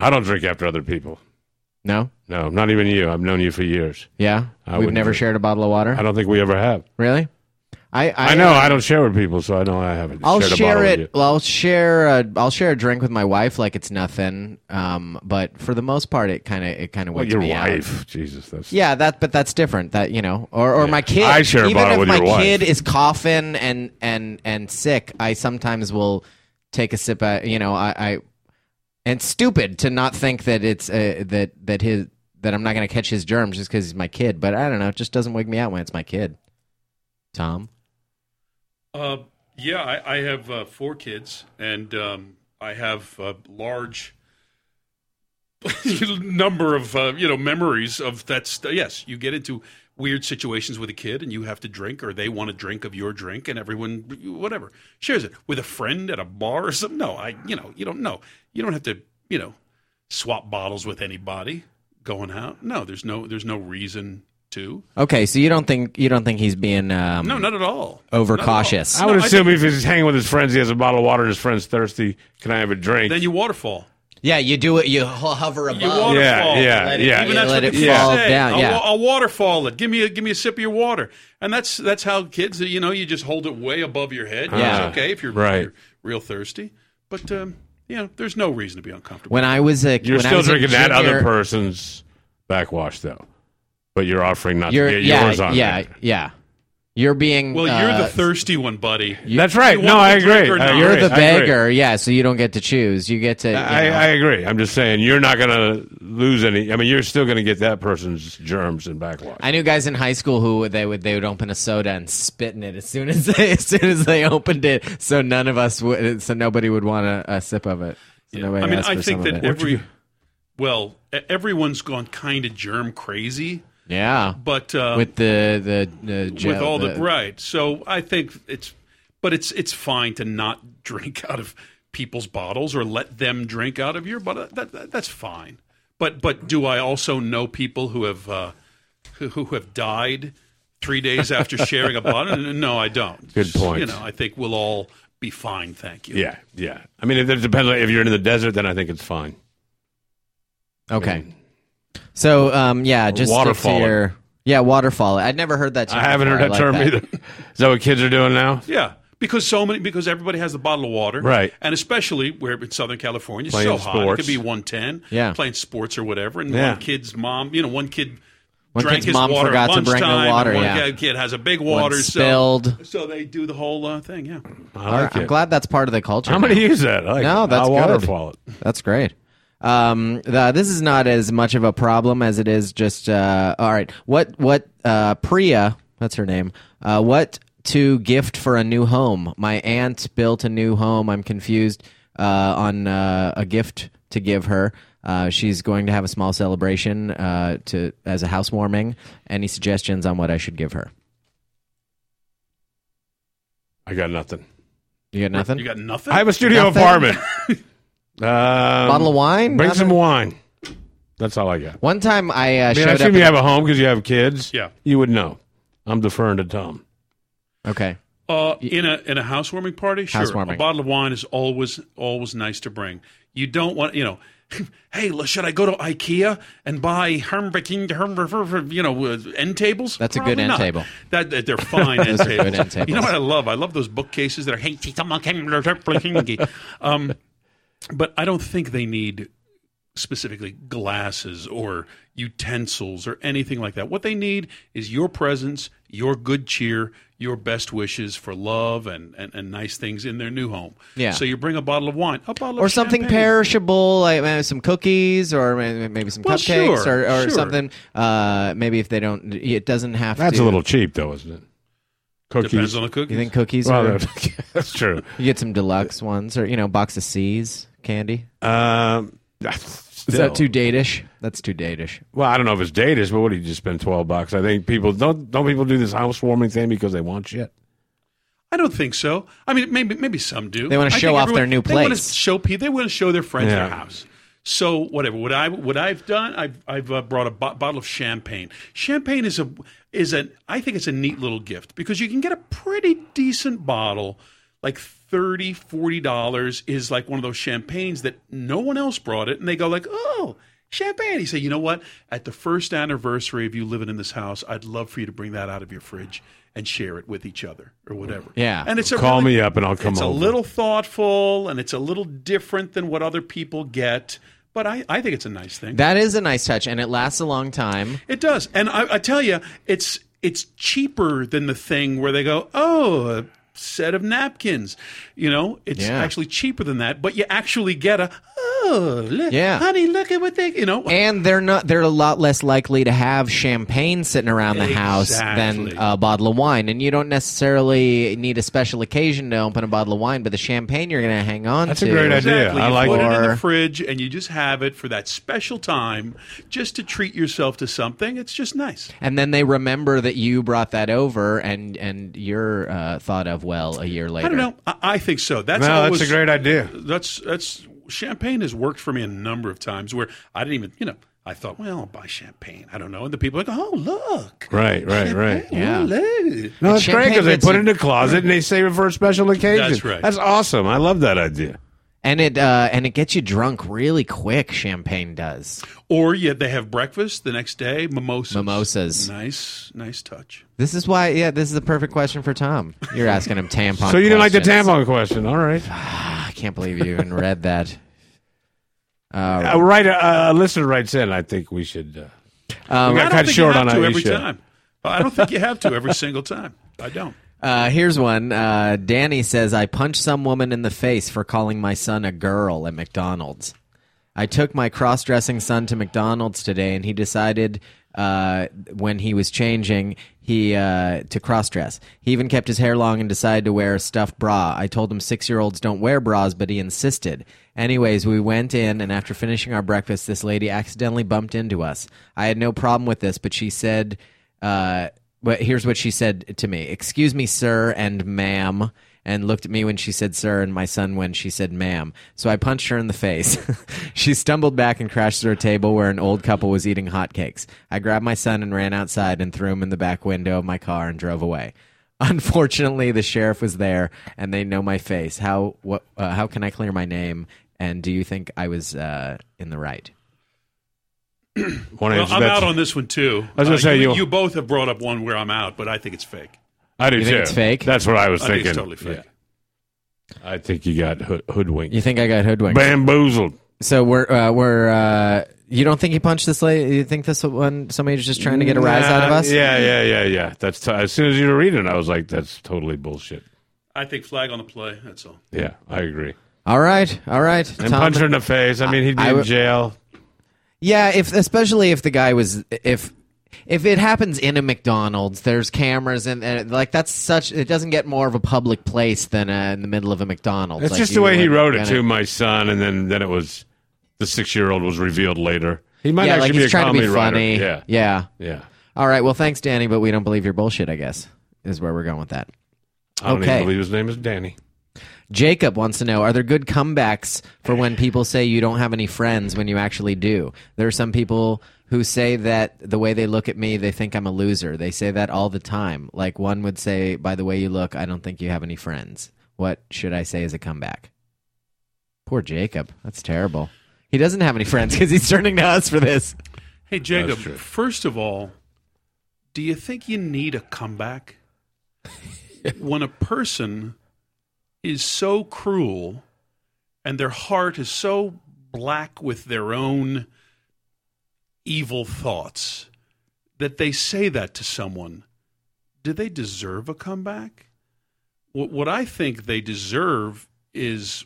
Speaker 3: I don't drink after other people.
Speaker 2: No?
Speaker 3: No, not even you. I've known you for years.
Speaker 2: Yeah,
Speaker 3: I
Speaker 2: we've
Speaker 3: wouldn't
Speaker 2: never
Speaker 3: drink.
Speaker 2: shared a bottle of
Speaker 3: I
Speaker 2: water.
Speaker 3: don't think we ever have.
Speaker 2: Really? I I,
Speaker 3: I, know I don't share with people, so I know I haven't.
Speaker 2: I'll
Speaker 3: shared a
Speaker 2: share
Speaker 3: bottle with
Speaker 2: it. I'll share. A, I'll share a drink with my wife like it's nothing. Um, but for the most part, it kind of it kind of
Speaker 3: you. Well,
Speaker 2: wakes
Speaker 3: your
Speaker 2: me out.
Speaker 3: wife. Jesus, that's
Speaker 2: Yeah, that but that's different. That you know, or or my kid.
Speaker 3: I share a
Speaker 2: Even
Speaker 3: bottle
Speaker 2: if
Speaker 3: with
Speaker 2: my
Speaker 3: your wife.
Speaker 2: kid is coughing and and and sick, I sometimes will take a sip. At, you know, I, I and stupid to not think that it's uh, that that his that I'm not going to catch his germs just because he's my kid. But I don't know. It just doesn't wake me out when it's my kid. Tom.
Speaker 4: Uh, yeah, I, I have uh, four kids, and um, I have a large uh, number of uh, you know memories of that. St- yes, you get into weird situations with a kid and you have to drink or they want a drink of your drink and everyone whatever shares it with a friend at a bar or something no i you know you don't know you don't have to you know swap bottles with anybody going out no there's no there's no reason to
Speaker 2: Okay, so you don't think you don't think he's being um,
Speaker 4: no not at all
Speaker 2: overcautious?
Speaker 4: Not
Speaker 3: I
Speaker 4: at all.
Speaker 3: would
Speaker 4: No, I
Speaker 3: assume
Speaker 4: think-
Speaker 3: if he's hanging with his friends, he has a bottle of water and his friend's thirsty. Can I have a drink?
Speaker 4: then you waterfall
Speaker 2: yeah, you do it. You ho- hover above.
Speaker 4: You waterfall.
Speaker 3: yeah,
Speaker 4: Let
Speaker 3: yeah.
Speaker 4: Even
Speaker 3: Yeah,
Speaker 4: that's
Speaker 2: let
Speaker 4: what
Speaker 2: it
Speaker 4: the kids
Speaker 2: fall
Speaker 4: say.
Speaker 2: down,
Speaker 4: I'll,
Speaker 2: yeah.
Speaker 4: wa- I'll waterfall it. Give me a give me a sip of your water. And that's that's how kids. You know, you just hold it way above your head.
Speaker 3: Yeah.
Speaker 4: It's okay if you're,
Speaker 3: Right.
Speaker 4: you're real thirsty, but um, you know, there's no reason to be uncomfortable.
Speaker 2: When I was a,
Speaker 3: You're
Speaker 2: when I
Speaker 3: still
Speaker 2: was a
Speaker 3: drinking that
Speaker 2: junior-
Speaker 3: other person's backwash, though. But you're offering not
Speaker 2: You're
Speaker 3: to get
Speaker 2: yeah,
Speaker 3: yours on.
Speaker 2: yeah,
Speaker 3: there.
Speaker 2: yeah. You're being
Speaker 4: well, you're
Speaker 2: uh,
Speaker 4: the thirsty one, buddy.
Speaker 3: That's right.
Speaker 4: you
Speaker 3: No,
Speaker 4: want
Speaker 3: I
Speaker 4: the drink
Speaker 3: agree.
Speaker 4: or
Speaker 3: I
Speaker 4: not?
Speaker 3: agree.
Speaker 2: You're the
Speaker 3: I agree.
Speaker 2: beggar, yeah. So you don't get to choose. You get to. you
Speaker 3: I,
Speaker 2: know.
Speaker 3: I agree. I'm just saying you're not going to lose any. I mean, you're still going to get that person's germs and backwash.
Speaker 2: I knew guys in high school who would- they would they would open a soda and spit in it as soon as they as soon as they opened it, so none of us would, so nobody would want a, a sip of it. So nobody
Speaker 4: I mean,
Speaker 2: asked
Speaker 4: I
Speaker 2: for
Speaker 4: think
Speaker 2: some of
Speaker 4: that
Speaker 2: it.
Speaker 4: every well, e- everyone's gone kind of germ crazy,
Speaker 2: yeah,
Speaker 4: but uh,
Speaker 2: with the the, the
Speaker 4: with
Speaker 2: gel-
Speaker 4: all the, right. So I think it's, but it's it's fine to not drink out of people's bottles or let them drink out of your bottle. That, that, that's fine. But but do I also know people who have uh, who, who have died three days after sharing a bottle? No, I don't.
Speaker 3: Good point.
Speaker 4: You know, I think we'll all be fine. Thank you.
Speaker 3: Yeah, yeah. I mean, it, it depends. on- If you're in the desert, then I think it's fine.
Speaker 2: okay. So um yeah, just stick to
Speaker 3: Waterfall it.
Speaker 2: your- yeah waterfall. it. I'd never heard that. Term
Speaker 3: I haven't
Speaker 2: before.
Speaker 3: heard that
Speaker 2: like
Speaker 3: term either. Is that what kids are doing now?
Speaker 4: Yeah, because so many because everybody has a bottle of water,
Speaker 3: Right.
Speaker 4: And especially where in Southern California, it's
Speaker 3: Playing
Speaker 4: so hot, it
Speaker 3: sports.
Speaker 4: could be one ten,
Speaker 2: Yeah.
Speaker 4: playing sports or whatever. And
Speaker 3: Yeah.
Speaker 4: one kid's mom, you know, one kid
Speaker 2: One
Speaker 4: drank
Speaker 2: kid's
Speaker 4: his
Speaker 2: mom
Speaker 4: water
Speaker 2: forgot
Speaker 4: at
Speaker 2: to bring her
Speaker 4: lunchtime, and
Speaker 2: water,
Speaker 4: One
Speaker 2: yeah.
Speaker 4: kid- kid has a big
Speaker 2: One
Speaker 4: water
Speaker 2: spilled.
Speaker 4: So, so they do the whole uh, thing. Yeah,
Speaker 3: I
Speaker 2: All
Speaker 3: like
Speaker 2: right, I'm
Speaker 3: it.
Speaker 2: glad that's part of the culture.
Speaker 3: I'm
Speaker 2: now.
Speaker 3: going to use that. I like
Speaker 2: No,
Speaker 3: it.
Speaker 2: that's
Speaker 3: I'll
Speaker 2: good.
Speaker 3: waterfall it.
Speaker 2: That's great. Um, the, this is not as much of a problem as it is just. Uh, all right, what what uh, Priya? That's her name. Uh, what to gift for a new home? My aunt built a new home. I'm confused uh, on uh, a gift to give her. Uh, she's going to have a small celebration uh, to as a housewarming. Any suggestions on what I should give her?
Speaker 3: I got nothing.
Speaker 2: You got nothing.
Speaker 4: you got nothing.
Speaker 3: I have a studio
Speaker 2: Nothing?
Speaker 3: apartment. Um,
Speaker 2: Bottle of wine.
Speaker 3: Bring
Speaker 2: Nothing?
Speaker 3: some wine. That's all I got.
Speaker 2: One time I uh,
Speaker 3: I mean, I
Speaker 2: showed up.
Speaker 3: assume you have a home because you have kids.
Speaker 4: Yeah.
Speaker 3: You would know. I'm deferring to Tom.
Speaker 2: okay.
Speaker 4: Uh, in a in a housewarming party, sure.
Speaker 2: Housewarming.
Speaker 4: A bottle of wine is always always nice to bring. You don't want you know. hey, l- should I go to IKEA and buy herm- herm- herm- you know uh, end tables?
Speaker 2: That's a good
Speaker 4: Probably
Speaker 2: end
Speaker 4: not.
Speaker 2: table.
Speaker 4: That that- they're fine end,
Speaker 2: Those are
Speaker 4: tables.
Speaker 2: good end tables.
Speaker 4: You know what I love? I love those bookcases that are hey, someone came- um, but I don't think they need specifically glasses or utensils or anything like that. What they need is your presence, your good cheer, your best wishes for love and, and, and nice things in their new home.
Speaker 2: Yeah.
Speaker 4: So you bring a bottle of wine, a bottle
Speaker 2: or
Speaker 4: of
Speaker 2: something
Speaker 4: champagne.
Speaker 2: perishable, like uh, some cookies, or ma- maybe some
Speaker 4: Well,
Speaker 2: cupcakes,
Speaker 4: sure,
Speaker 2: or, or
Speaker 4: sure.
Speaker 2: something. Uh, maybe if they don't, it doesn't have
Speaker 3: That's
Speaker 2: to.
Speaker 3: a little cheap, though, isn't it? Cookies.
Speaker 4: Depends on the cookies.
Speaker 2: You think cookies?
Speaker 3: Well,
Speaker 2: are,
Speaker 3: that's- that's true.
Speaker 2: you get some deluxe ones, or you know, box of C's candy.
Speaker 3: Um,
Speaker 2: Is
Speaker 3: still.
Speaker 2: that too datish? That's too datish.
Speaker 3: Well, I don't know if it's datish, but what do you just spend twelve bucks? I think people don't don't people do this housewarming thing because they want shit.
Speaker 4: I don't think so. I mean, maybe maybe some do.
Speaker 2: They wanna
Speaker 4: I think
Speaker 2: show off their new
Speaker 4: They want
Speaker 2: place.
Speaker 4: to show people. They want to show their friends
Speaker 3: Yeah.
Speaker 4: their house. So whatever. What I what I've done, I've I've uh, brought a bo- bottle of champagne. Champagne is a is an I think it's a neat little gift because you can get a pretty decent bottle, like. 30 40 dollars is like one of those champagnes that no one else brought it and they go like oh champagne he said you know what at the first anniversary of you living in this house i'd love for you to bring that out of your fridge and share it with each other or whatever
Speaker 2: Yeah.
Speaker 4: and it's a
Speaker 3: Call
Speaker 4: really-
Speaker 3: me up and I'll come
Speaker 4: it's
Speaker 3: over.
Speaker 4: a little thoughtful and it's a little different than what other people get, but I, I think it's a nice thing.
Speaker 2: That is a nice touch, and it lasts a long time.
Speaker 4: it does, and I, I tell you, it's it's cheaper than the thing where they go, oh, a set of napkins. You know, it's
Speaker 2: Yeah.
Speaker 4: actually cheaper than that, but you actually get a. "Oh, oh, look,
Speaker 2: Yeah.
Speaker 4: honey, look at what they, you know.
Speaker 2: and they're not they're a lot less likely to have champagne sitting around the house than
Speaker 4: Exactly.
Speaker 2: a bottle of wine and you don't necessarily need a special occasion to open a bottle of wine but the champagne you're going to hang on
Speaker 3: That's a
Speaker 2: to
Speaker 3: great idea.
Speaker 4: Exactly.
Speaker 3: I
Speaker 4: you
Speaker 3: like
Speaker 4: put it in
Speaker 2: Or-
Speaker 4: the fridge and you just have it for that special time just to treat yourself to something. It's just nice.
Speaker 2: and then they remember that you brought that over and and you're uh, thought of well a year later
Speaker 4: I don't know. I, I think so. That's
Speaker 3: No,
Speaker 4: always-
Speaker 3: that's a great idea.
Speaker 4: That's that's champagne has worked for me a number of times where I didn't even, you know, I thought, well, I'll buy champagne. I don't know, and the people are like, oh, look,
Speaker 3: Right, right, right.
Speaker 2: Yeah.
Speaker 4: yeah.
Speaker 3: No, it's great
Speaker 2: champagne
Speaker 3: because they
Speaker 2: gets
Speaker 3: put
Speaker 2: you-
Speaker 3: it in a closet and they save it for a special occasion.
Speaker 4: That's right.
Speaker 3: That's awesome. I love that idea.
Speaker 2: and it uh, and it gets you drunk really quick champagne does
Speaker 4: Or yet they have breakfast the next day, mimosas.
Speaker 2: Mimosas.
Speaker 4: Nice, nice touch.
Speaker 2: this is why yeah this is the perfect question for Tom you're asking him tampon
Speaker 3: So you didn't like the
Speaker 2: questions.
Speaker 3: tampon question? All right.
Speaker 2: I can't believe you even read that
Speaker 3: Uh, right, uh, a listener writes in. I think we should. Uh,
Speaker 2: Um,
Speaker 3: we
Speaker 4: I
Speaker 3: got
Speaker 4: don't
Speaker 3: cut
Speaker 4: think
Speaker 3: short
Speaker 4: you
Speaker 3: on
Speaker 4: have to every
Speaker 3: Aisha.
Speaker 4: time. I don't think you have to every single time. I don't.
Speaker 2: Uh, here's one. Uh, Danny says, I punched some woman in the face for calling my son a girl at McDonald's. I took my cross dressing son to McDonald's today, and he decided uh, when he was changing he uh, to cross dress. He even kept his hair long and decided to wear a stuffed bra. I told him six year olds don't wear bras, but he insisted. Anyways, we went in, and after finishing our breakfast, this lady accidentally bumped into us. I had no problem with this, but she said, uh, but here's what she said to me Excuse me, sir and ma'am. And looked at me when she said sir and my son when she said ma'am. So I punched her in the face. she stumbled back and crashed through a table where an old couple was eating hotcakes. I grabbed my son and ran outside and threw him in the back window of my car and drove away. Unfortunately, the sheriff was there and they know my face. How, what, uh, how can I clear my name? And do you think I was uh, in the right?
Speaker 3: Wanna
Speaker 4: Well,
Speaker 3: answer
Speaker 4: I'm
Speaker 3: that?
Speaker 4: out on this one too. Uh,
Speaker 3: I was gonna say,
Speaker 4: you,
Speaker 3: you-
Speaker 4: both have brought up one where I'm out, but I think it's fake.
Speaker 3: I do
Speaker 2: You
Speaker 3: too.
Speaker 2: think it's fake?
Speaker 3: That's what I was
Speaker 4: I think
Speaker 3: thinking.
Speaker 4: it's totally fake.
Speaker 3: Yeah. I think you got hood- hoodwinked,
Speaker 2: You think I got hoodwinked?
Speaker 3: bamboozled.
Speaker 2: So we're uh, we're uh, you don't think he punched this lady? You think this one somebody's just trying to get a rise out of
Speaker 3: Nah,
Speaker 2: us?
Speaker 3: Yeah, yeah, yeah, yeah. That's t- as soon as you were reading, it, I was like, "That's totally bullshit."
Speaker 4: I think flag on the play. That's all.
Speaker 3: Yeah, I agree.
Speaker 2: All right, all right.
Speaker 3: And
Speaker 2: Tom-
Speaker 3: punch her in the face. I mean, he'd be
Speaker 2: I
Speaker 3: in
Speaker 2: would-
Speaker 3: jail.
Speaker 2: Yeah, if especially if the guy was if if it happens in a McDonald's, there's cameras and, and like that's such it doesn't get more of a public place than uh, in the middle of a McDonald's.
Speaker 3: It's
Speaker 2: Like,
Speaker 3: just
Speaker 2: you
Speaker 3: the way he
Speaker 2: wouldn't
Speaker 3: wrote it
Speaker 2: gonna-
Speaker 3: to my son, and then then it was the six year old was revealed later. He might
Speaker 2: Yeah,
Speaker 3: actually
Speaker 2: like
Speaker 3: be
Speaker 2: he's
Speaker 3: a
Speaker 2: trying to
Speaker 3: comedy
Speaker 2: be funny.
Speaker 3: writer. Yeah,
Speaker 2: yeah.
Speaker 3: yeah.
Speaker 2: All right. Well, thanks, Danny, but we don't believe your bullshit. I guess is where we're going with that.
Speaker 3: I don't
Speaker 2: Okay.
Speaker 3: even believe his name is Danny.
Speaker 2: Jacob wants to know Are there good comebacks for when people say you don't have any friends when you actually do? There are some people who say that the way they look at me, they think I'm a loser. They say that all the time. Like one would say, By the way you look, I don't think you have any friends. What should I say as a comeback? Poor Jacob. That's terrible. He doesn't have any friends because he's turning to us for this.
Speaker 4: Hey Jacob,
Speaker 3: true.
Speaker 4: first of all, do you think you need a comeback when a person is so cruel and their heart is so black with their own evil thoughts that they say that to someone? Do they deserve a comeback? What, what I think they deserve is,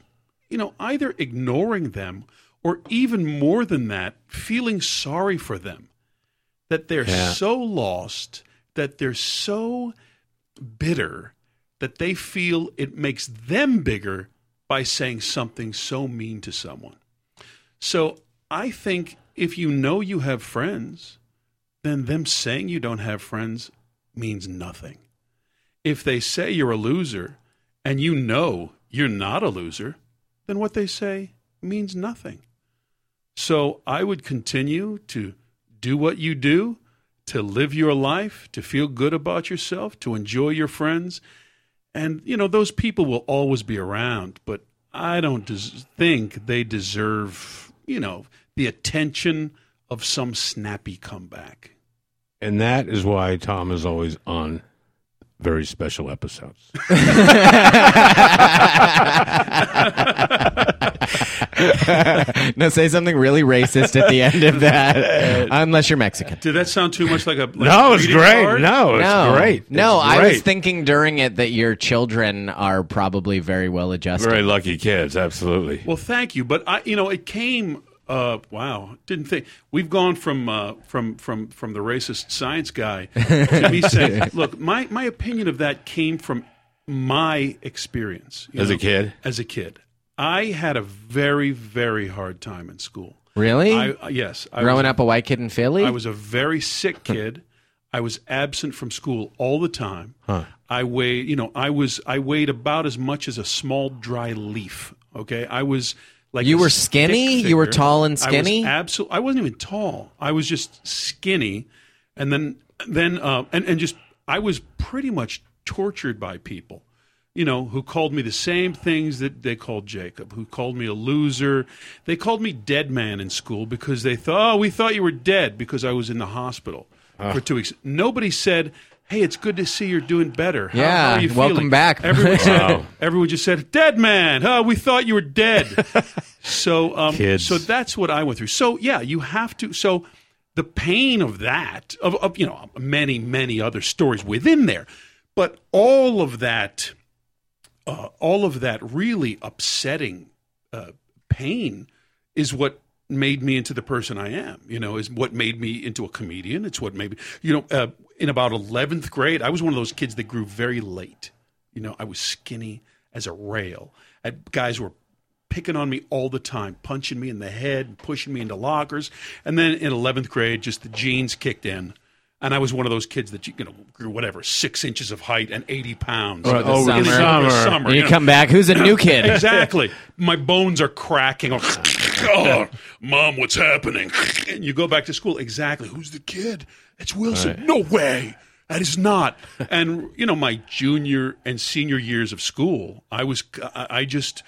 Speaker 4: you know, either ignoring them or even more than that, feeling sorry for them. That they're
Speaker 3: Yeah.
Speaker 4: so lost, that they're so bitter, that they feel it makes them bigger by saying something so mean to someone. So I think if you know you have friends, then them saying you don't have friends means nothing. If they say you're a loser and you know you're not a loser, then what they say means nothing. So I would continue to do what you do, to live your life, to feel good about yourself, to enjoy your friends. And, you know, those people will always be around, but I don't des- think they deserve, you know, the attention of some snappy comeback.
Speaker 3: And that is why Tom is always on very special episodes.
Speaker 2: no, say something really racist at the end of that, unless you're Mexican.
Speaker 4: Did that sound too much like a? Like
Speaker 3: No,
Speaker 4: a
Speaker 3: it's
Speaker 4: greeting
Speaker 3: great.
Speaker 4: card?
Speaker 3: No, it's
Speaker 2: no,
Speaker 3: great.
Speaker 2: No,
Speaker 3: It's
Speaker 2: I was
Speaker 3: great.
Speaker 2: thinking during it that your children are probably very well adjusted.
Speaker 3: Very lucky kids, absolutely.
Speaker 4: Well, thank you, but I, you know, it came. Uh, wow, didn't think we've gone from uh, from from from the racist science guy to me saying, "Look, my my opinion of that came from my experience you
Speaker 3: As a kid?
Speaker 4: As a kid, I had a very very hard time in school.
Speaker 2: Really?
Speaker 4: I, uh, yes, I was
Speaker 2: Growing up a white kid in Philly?
Speaker 4: I was a very sick
Speaker 2: Hmm.
Speaker 4: kid. I was absent from school all the time. I weighed, you know, I was I weighed about as much as a small dry leaf. Okay, I was like
Speaker 2: You
Speaker 4: a
Speaker 2: were skinny?
Speaker 4: stick
Speaker 2: You were
Speaker 4: figure.
Speaker 2: tall and skinny?
Speaker 4: I was absolutely. I wasn't even tall. I was just skinny, and then then uh, and and just I was pretty much tortured by people. You know, who called me the same things that they called Jacob, who called me a loser. They called me dead man in school because they thought, oh, we thought you were dead because I was in the hospital
Speaker 2: Ah.
Speaker 4: for two weeks. Nobody said, hey, it's good to see you're doing better. How, how
Speaker 2: Yeah,
Speaker 4: are you
Speaker 2: welcome
Speaker 4: feeling?"
Speaker 2: back.
Speaker 4: Everyone said, everyone just said, dead man. Oh, we thought you were dead. so, um,
Speaker 3: Kids.
Speaker 4: so that's what I went through. So yeah, you have to. So the pain of that, of, of you know, many many other stories within there, but all of that, uh, all of that really upsetting uh, pain is what made me into the person I am. You know, is what made me into a comedian. It's what made me, you know, uh, in about eleventh grade, I was one of those kids that grew very late. You know, I was skinny as a rail. I, guys were picking on me all the time, punching me in the head, and pushing me into lockers. And then in 11th grade, just the jeans kicked in. And I was one of those kids that, you know, grew whatever, six inches of height and 80 pounds.
Speaker 3: Right,
Speaker 4: In
Speaker 2: over the
Speaker 4: in
Speaker 3: Oh, summer.
Speaker 2: and you
Speaker 4: know.
Speaker 2: come back, who's a new kid?
Speaker 4: Exactly. My bones are cracking. oh, mom, what's happening? And you go back to school. Exactly. Who's the kid? It's Wilson. No way. That is not. And you know, my junior and senior years of school, I was, I I just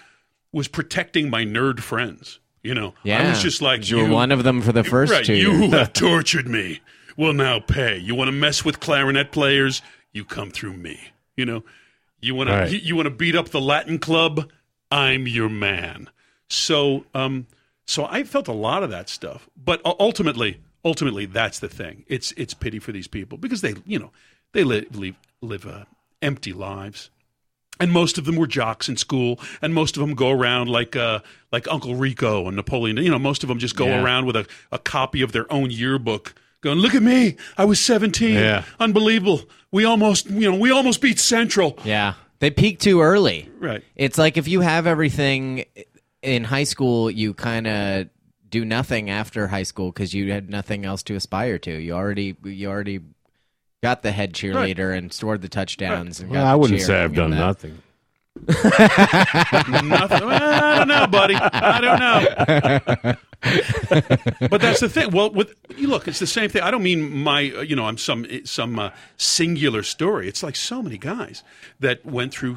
Speaker 4: was protecting my nerd friends. You know,
Speaker 2: Yeah.
Speaker 4: I was just like
Speaker 2: you were one of them for the first
Speaker 4: right,
Speaker 2: two.
Speaker 4: You
Speaker 2: years.
Speaker 4: who have tortured me will now pay. You want to mess with clarinet players? You come through me. You know, you want
Speaker 3: Right.
Speaker 4: to you, you want to beat up the Latin club? I'm your man. So, um, so I felt a lot of that stuff, but u- ultimately, ultimately, that's the thing. It's it's pity for these people because they, you know, they li- live live uh, empty lives and most of them were jocks in school, and most of them go around like uh, like Uncle Rico and Napoleon. You know, most of them just go
Speaker 2: Yeah.
Speaker 4: around with a, a copy of their own yearbook, going, "Look at me! I was seventeen.
Speaker 3: Yeah.
Speaker 4: Unbelievable. We almost, you know, we almost beat Central."
Speaker 2: Yeah. They peak too early.
Speaker 4: Right.
Speaker 2: It's like if you have everything in high school, you kind of do nothing after high school because you had nothing else to aspire to. You already you already got the head cheerleader and scored the touchdowns. And got
Speaker 3: Well, I
Speaker 2: the
Speaker 3: wouldn't say
Speaker 2: cheering
Speaker 3: I've done
Speaker 2: and that.
Speaker 3: nothing.
Speaker 4: Nothing. I don't know, buddy. I don't know. but that's the thing. Well, with you look, it's the same thing. I don't mean my, uh, you know, I'm some some uh, singular story. It's like so many guys that went through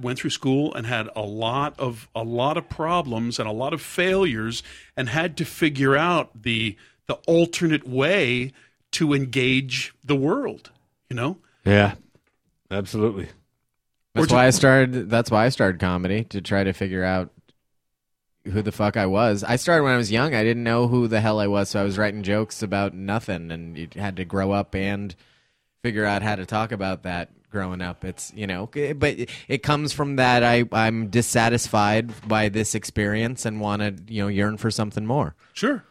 Speaker 4: went through school and had a lot of a lot of problems and a lot of failures and had to figure out the the alternate way to engage the world. You know,
Speaker 3: Yeah, absolutely.
Speaker 2: That's why I started. That's why I started comedy to try to figure out who the fuck I was. I started when I was young. I didn't know who the hell I was, so I was writing jokes about nothing, and you had to grow up and figure out how to talk about that growing up. It's you know, g- but it- it comes from that I I'm dissatisfied by this experience and want to you know yearn for something more.
Speaker 4: Sure,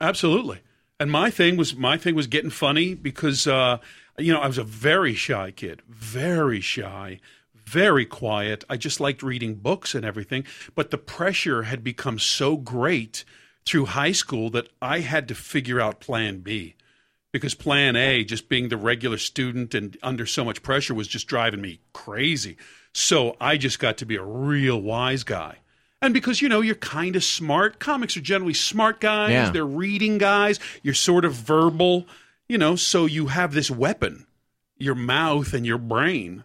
Speaker 4: absolutely. And my thing was my thing was getting funny because uh, you know I was a very shy kid, very shy, very quiet. I just liked reading books and everything, but the pressure had become so great through high school that I had to figure out Plan B because plan A, just being the regular student and under so much pressure, was just driving me crazy. So I just got to be a real wise guy. And because, you know, you're kind of smart, comics are generally smart guys,
Speaker 2: Yeah.
Speaker 4: they're reading guys, you're sort of verbal, you know, so you have this weapon, your mouth and your brain.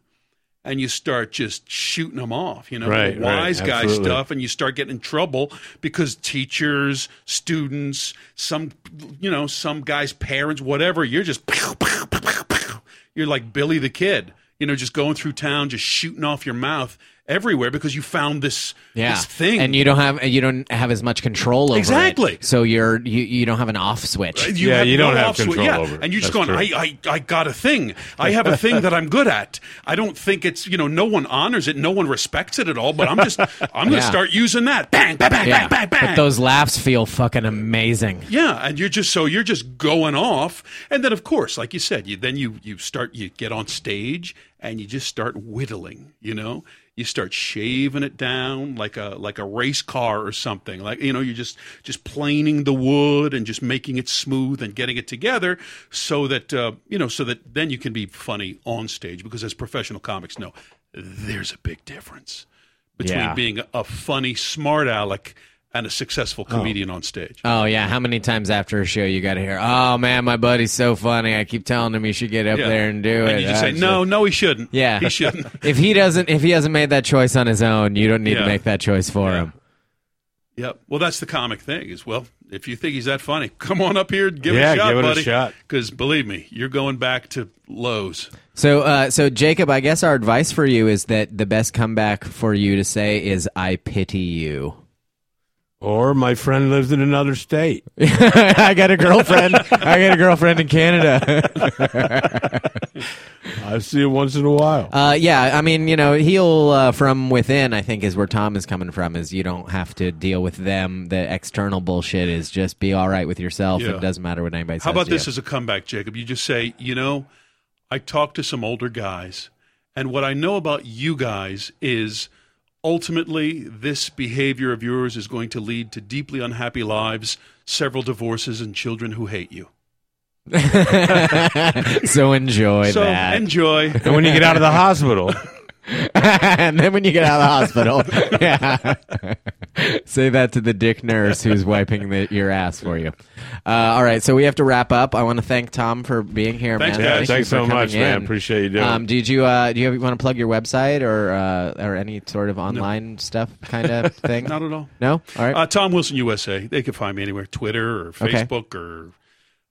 Speaker 4: And you start just shooting them off, you know,
Speaker 3: Right,
Speaker 4: the
Speaker 3: right,
Speaker 4: wise guy
Speaker 3: absolutely.
Speaker 4: stuff stuff and you start getting in trouble because teachers, students, some you know, some guy's parents, whatever, you're just pew, pew, pew, pew, pew. you're like Billy the Kid, you know, just going through town just shooting off your mouth everywhere because you found this,
Speaker 2: Yeah,
Speaker 4: this thing.
Speaker 2: and you don't have you don't have as much control over it.
Speaker 4: Exactly.
Speaker 2: So you're you, you don't have an off switch.
Speaker 4: You
Speaker 3: Yeah, you don't have
Speaker 4: off switch.
Speaker 3: control
Speaker 4: yeah.
Speaker 3: over it.
Speaker 4: And you're just
Speaker 3: That's
Speaker 4: going,
Speaker 3: true.
Speaker 4: I, I, I got a thing. I have a thing that I'm good at. I don't think it's, you know, no one honors it. No one respects it at all, but I'm just, I'm going to
Speaker 2: Yeah.
Speaker 4: start using that. Bang, bang, bang,
Speaker 2: yeah,
Speaker 4: bang, bang, bang.
Speaker 2: but those laughs feel fucking amazing.
Speaker 4: yeah. And you're just, so you're just going off. And then, of course, like you said, you, then you, you start, you get on stage and you just start whittling, you know? You start shaving it down like a like a race car or something. Like you know, you're just just planing the wood and just making it smooth and getting it together so that uh, you know so that then you can be funny on stage because as professional comics know there's a big difference between
Speaker 2: Yeah.
Speaker 4: being a funny smart aleck and a successful comedian on stage
Speaker 2: Oh yeah, how many times after a show you got to hear? Oh man, my buddy's so funny. I keep telling him you should get up
Speaker 4: Yeah.
Speaker 2: there and do it.
Speaker 4: and you just
Speaker 2: Uh,
Speaker 4: say no no he shouldn't
Speaker 2: Yeah.
Speaker 4: he shouldn't
Speaker 2: If he doesn't, if he hasn't made that choice on his own, you don't need to
Speaker 4: Yeah.
Speaker 2: make that choice for him.
Speaker 4: yep well that's the comic thing is well if you think he's that funny come on up here and give
Speaker 3: Yeah,
Speaker 4: it a shot
Speaker 3: give it a
Speaker 4: buddy
Speaker 3: shot.
Speaker 4: because believe me you're going back to lows
Speaker 2: So, uh, so Jacob, I guess our advice for you is that the best comeback for you to say is "I pity you."
Speaker 3: Or my friend lives in another state.
Speaker 2: I got a girlfriend. I got a girlfriend in Canada.
Speaker 3: I see it once in a while.
Speaker 2: Uh, yeah, I mean, you know, heal uh, from within. I think is where Tom is coming from. Is you don't have to deal with them. The external bullshit is just be all right with yourself.
Speaker 4: Yeah.
Speaker 2: It doesn't matter what anybody says.
Speaker 4: How about
Speaker 2: to
Speaker 4: this
Speaker 2: you.
Speaker 4: as a comeback, Jacob? You just say, you know, I talked to some older guys, and what I know about you guys is ultimately this behavior of yours is going to lead to deeply unhappy lives, several divorces, and children who hate you.
Speaker 2: so enjoy
Speaker 4: so
Speaker 2: that.
Speaker 4: enjoy.
Speaker 3: and when you get out of the hospital,
Speaker 2: and then when you get out of the hospital, yeah. say that to the dick nurse who's wiping the, your ass for you. Uh, all right, so we have to wrap up. I want to thank Tom for being here,
Speaker 4: Thanks,
Speaker 2: man.
Speaker 4: guys.
Speaker 2: Thank
Speaker 3: Thanks
Speaker 2: you for
Speaker 3: so much,
Speaker 2: coming
Speaker 3: man.
Speaker 2: in.
Speaker 3: Appreciate you doing it.
Speaker 2: Um, did you uh, do you want to plug your website or uh, or any sort of online stuff kind of thing?
Speaker 4: Not at all.
Speaker 2: No. All right.
Speaker 4: Uh, Tom Wilson USA. They can find me anywhere Twitter or
Speaker 2: Okay.
Speaker 4: Facebook or.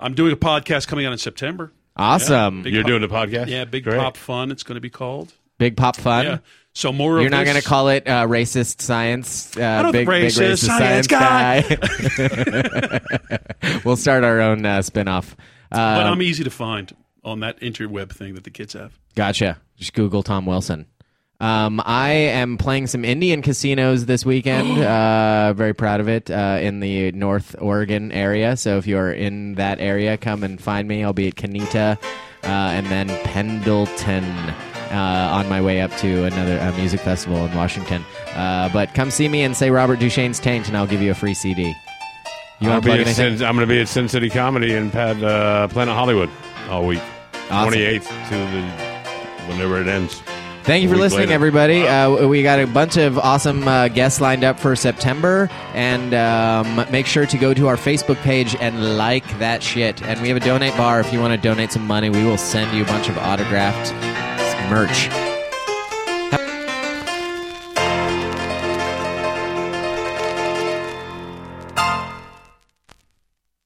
Speaker 4: I'm doing a podcast coming out in September.
Speaker 2: awesome.
Speaker 4: big-
Speaker 3: you're doing the podcast.
Speaker 4: Yeah, Big
Speaker 3: Great.
Speaker 4: Pop Fun, it's going to be called.
Speaker 2: Big pop fun.
Speaker 4: Yeah. So more of
Speaker 2: You're not
Speaker 4: this-
Speaker 2: going to call it uh, racist science. Uh,
Speaker 4: don't
Speaker 2: big,
Speaker 4: think
Speaker 2: big
Speaker 4: racist
Speaker 2: racist
Speaker 4: science
Speaker 2: science, guy. we'll start our own uh, spinoff.
Speaker 4: But
Speaker 2: Uh,
Speaker 4: I'm easy to find on that interweb thing that the kids have.
Speaker 2: gotcha. Just Google Tom Wilson. Um, I am playing some Indian casinos this weekend. uh, very proud of it uh, in the North Oregon area. So if you are in that area, come and find me. I'll be at Kanita uh, and then Pendleton. Uh, on my way up to another uh, music festival in Washington. Uh, but come see me and say Robert Duchesne's Taint, and I'll give you a free CD. You
Speaker 3: I'll
Speaker 2: want to
Speaker 3: be
Speaker 2: plug
Speaker 3: at
Speaker 2: anything?
Speaker 3: Sin- I'm going to be at Sin City Comedy in Pat, uh, Planet Hollywood all week,
Speaker 2: Awesome.
Speaker 3: 28th to the whenever it ends.
Speaker 2: Thank you for
Speaker 3: week
Speaker 2: listening,
Speaker 3: later.
Speaker 2: everybody. Uh, we got a bunch of awesome uh, guests lined up for September, and um, make sure to go to our Facebook page and like that shit. And we have a donate bar if you want to donate some money. We will send you a bunch of autographed merch.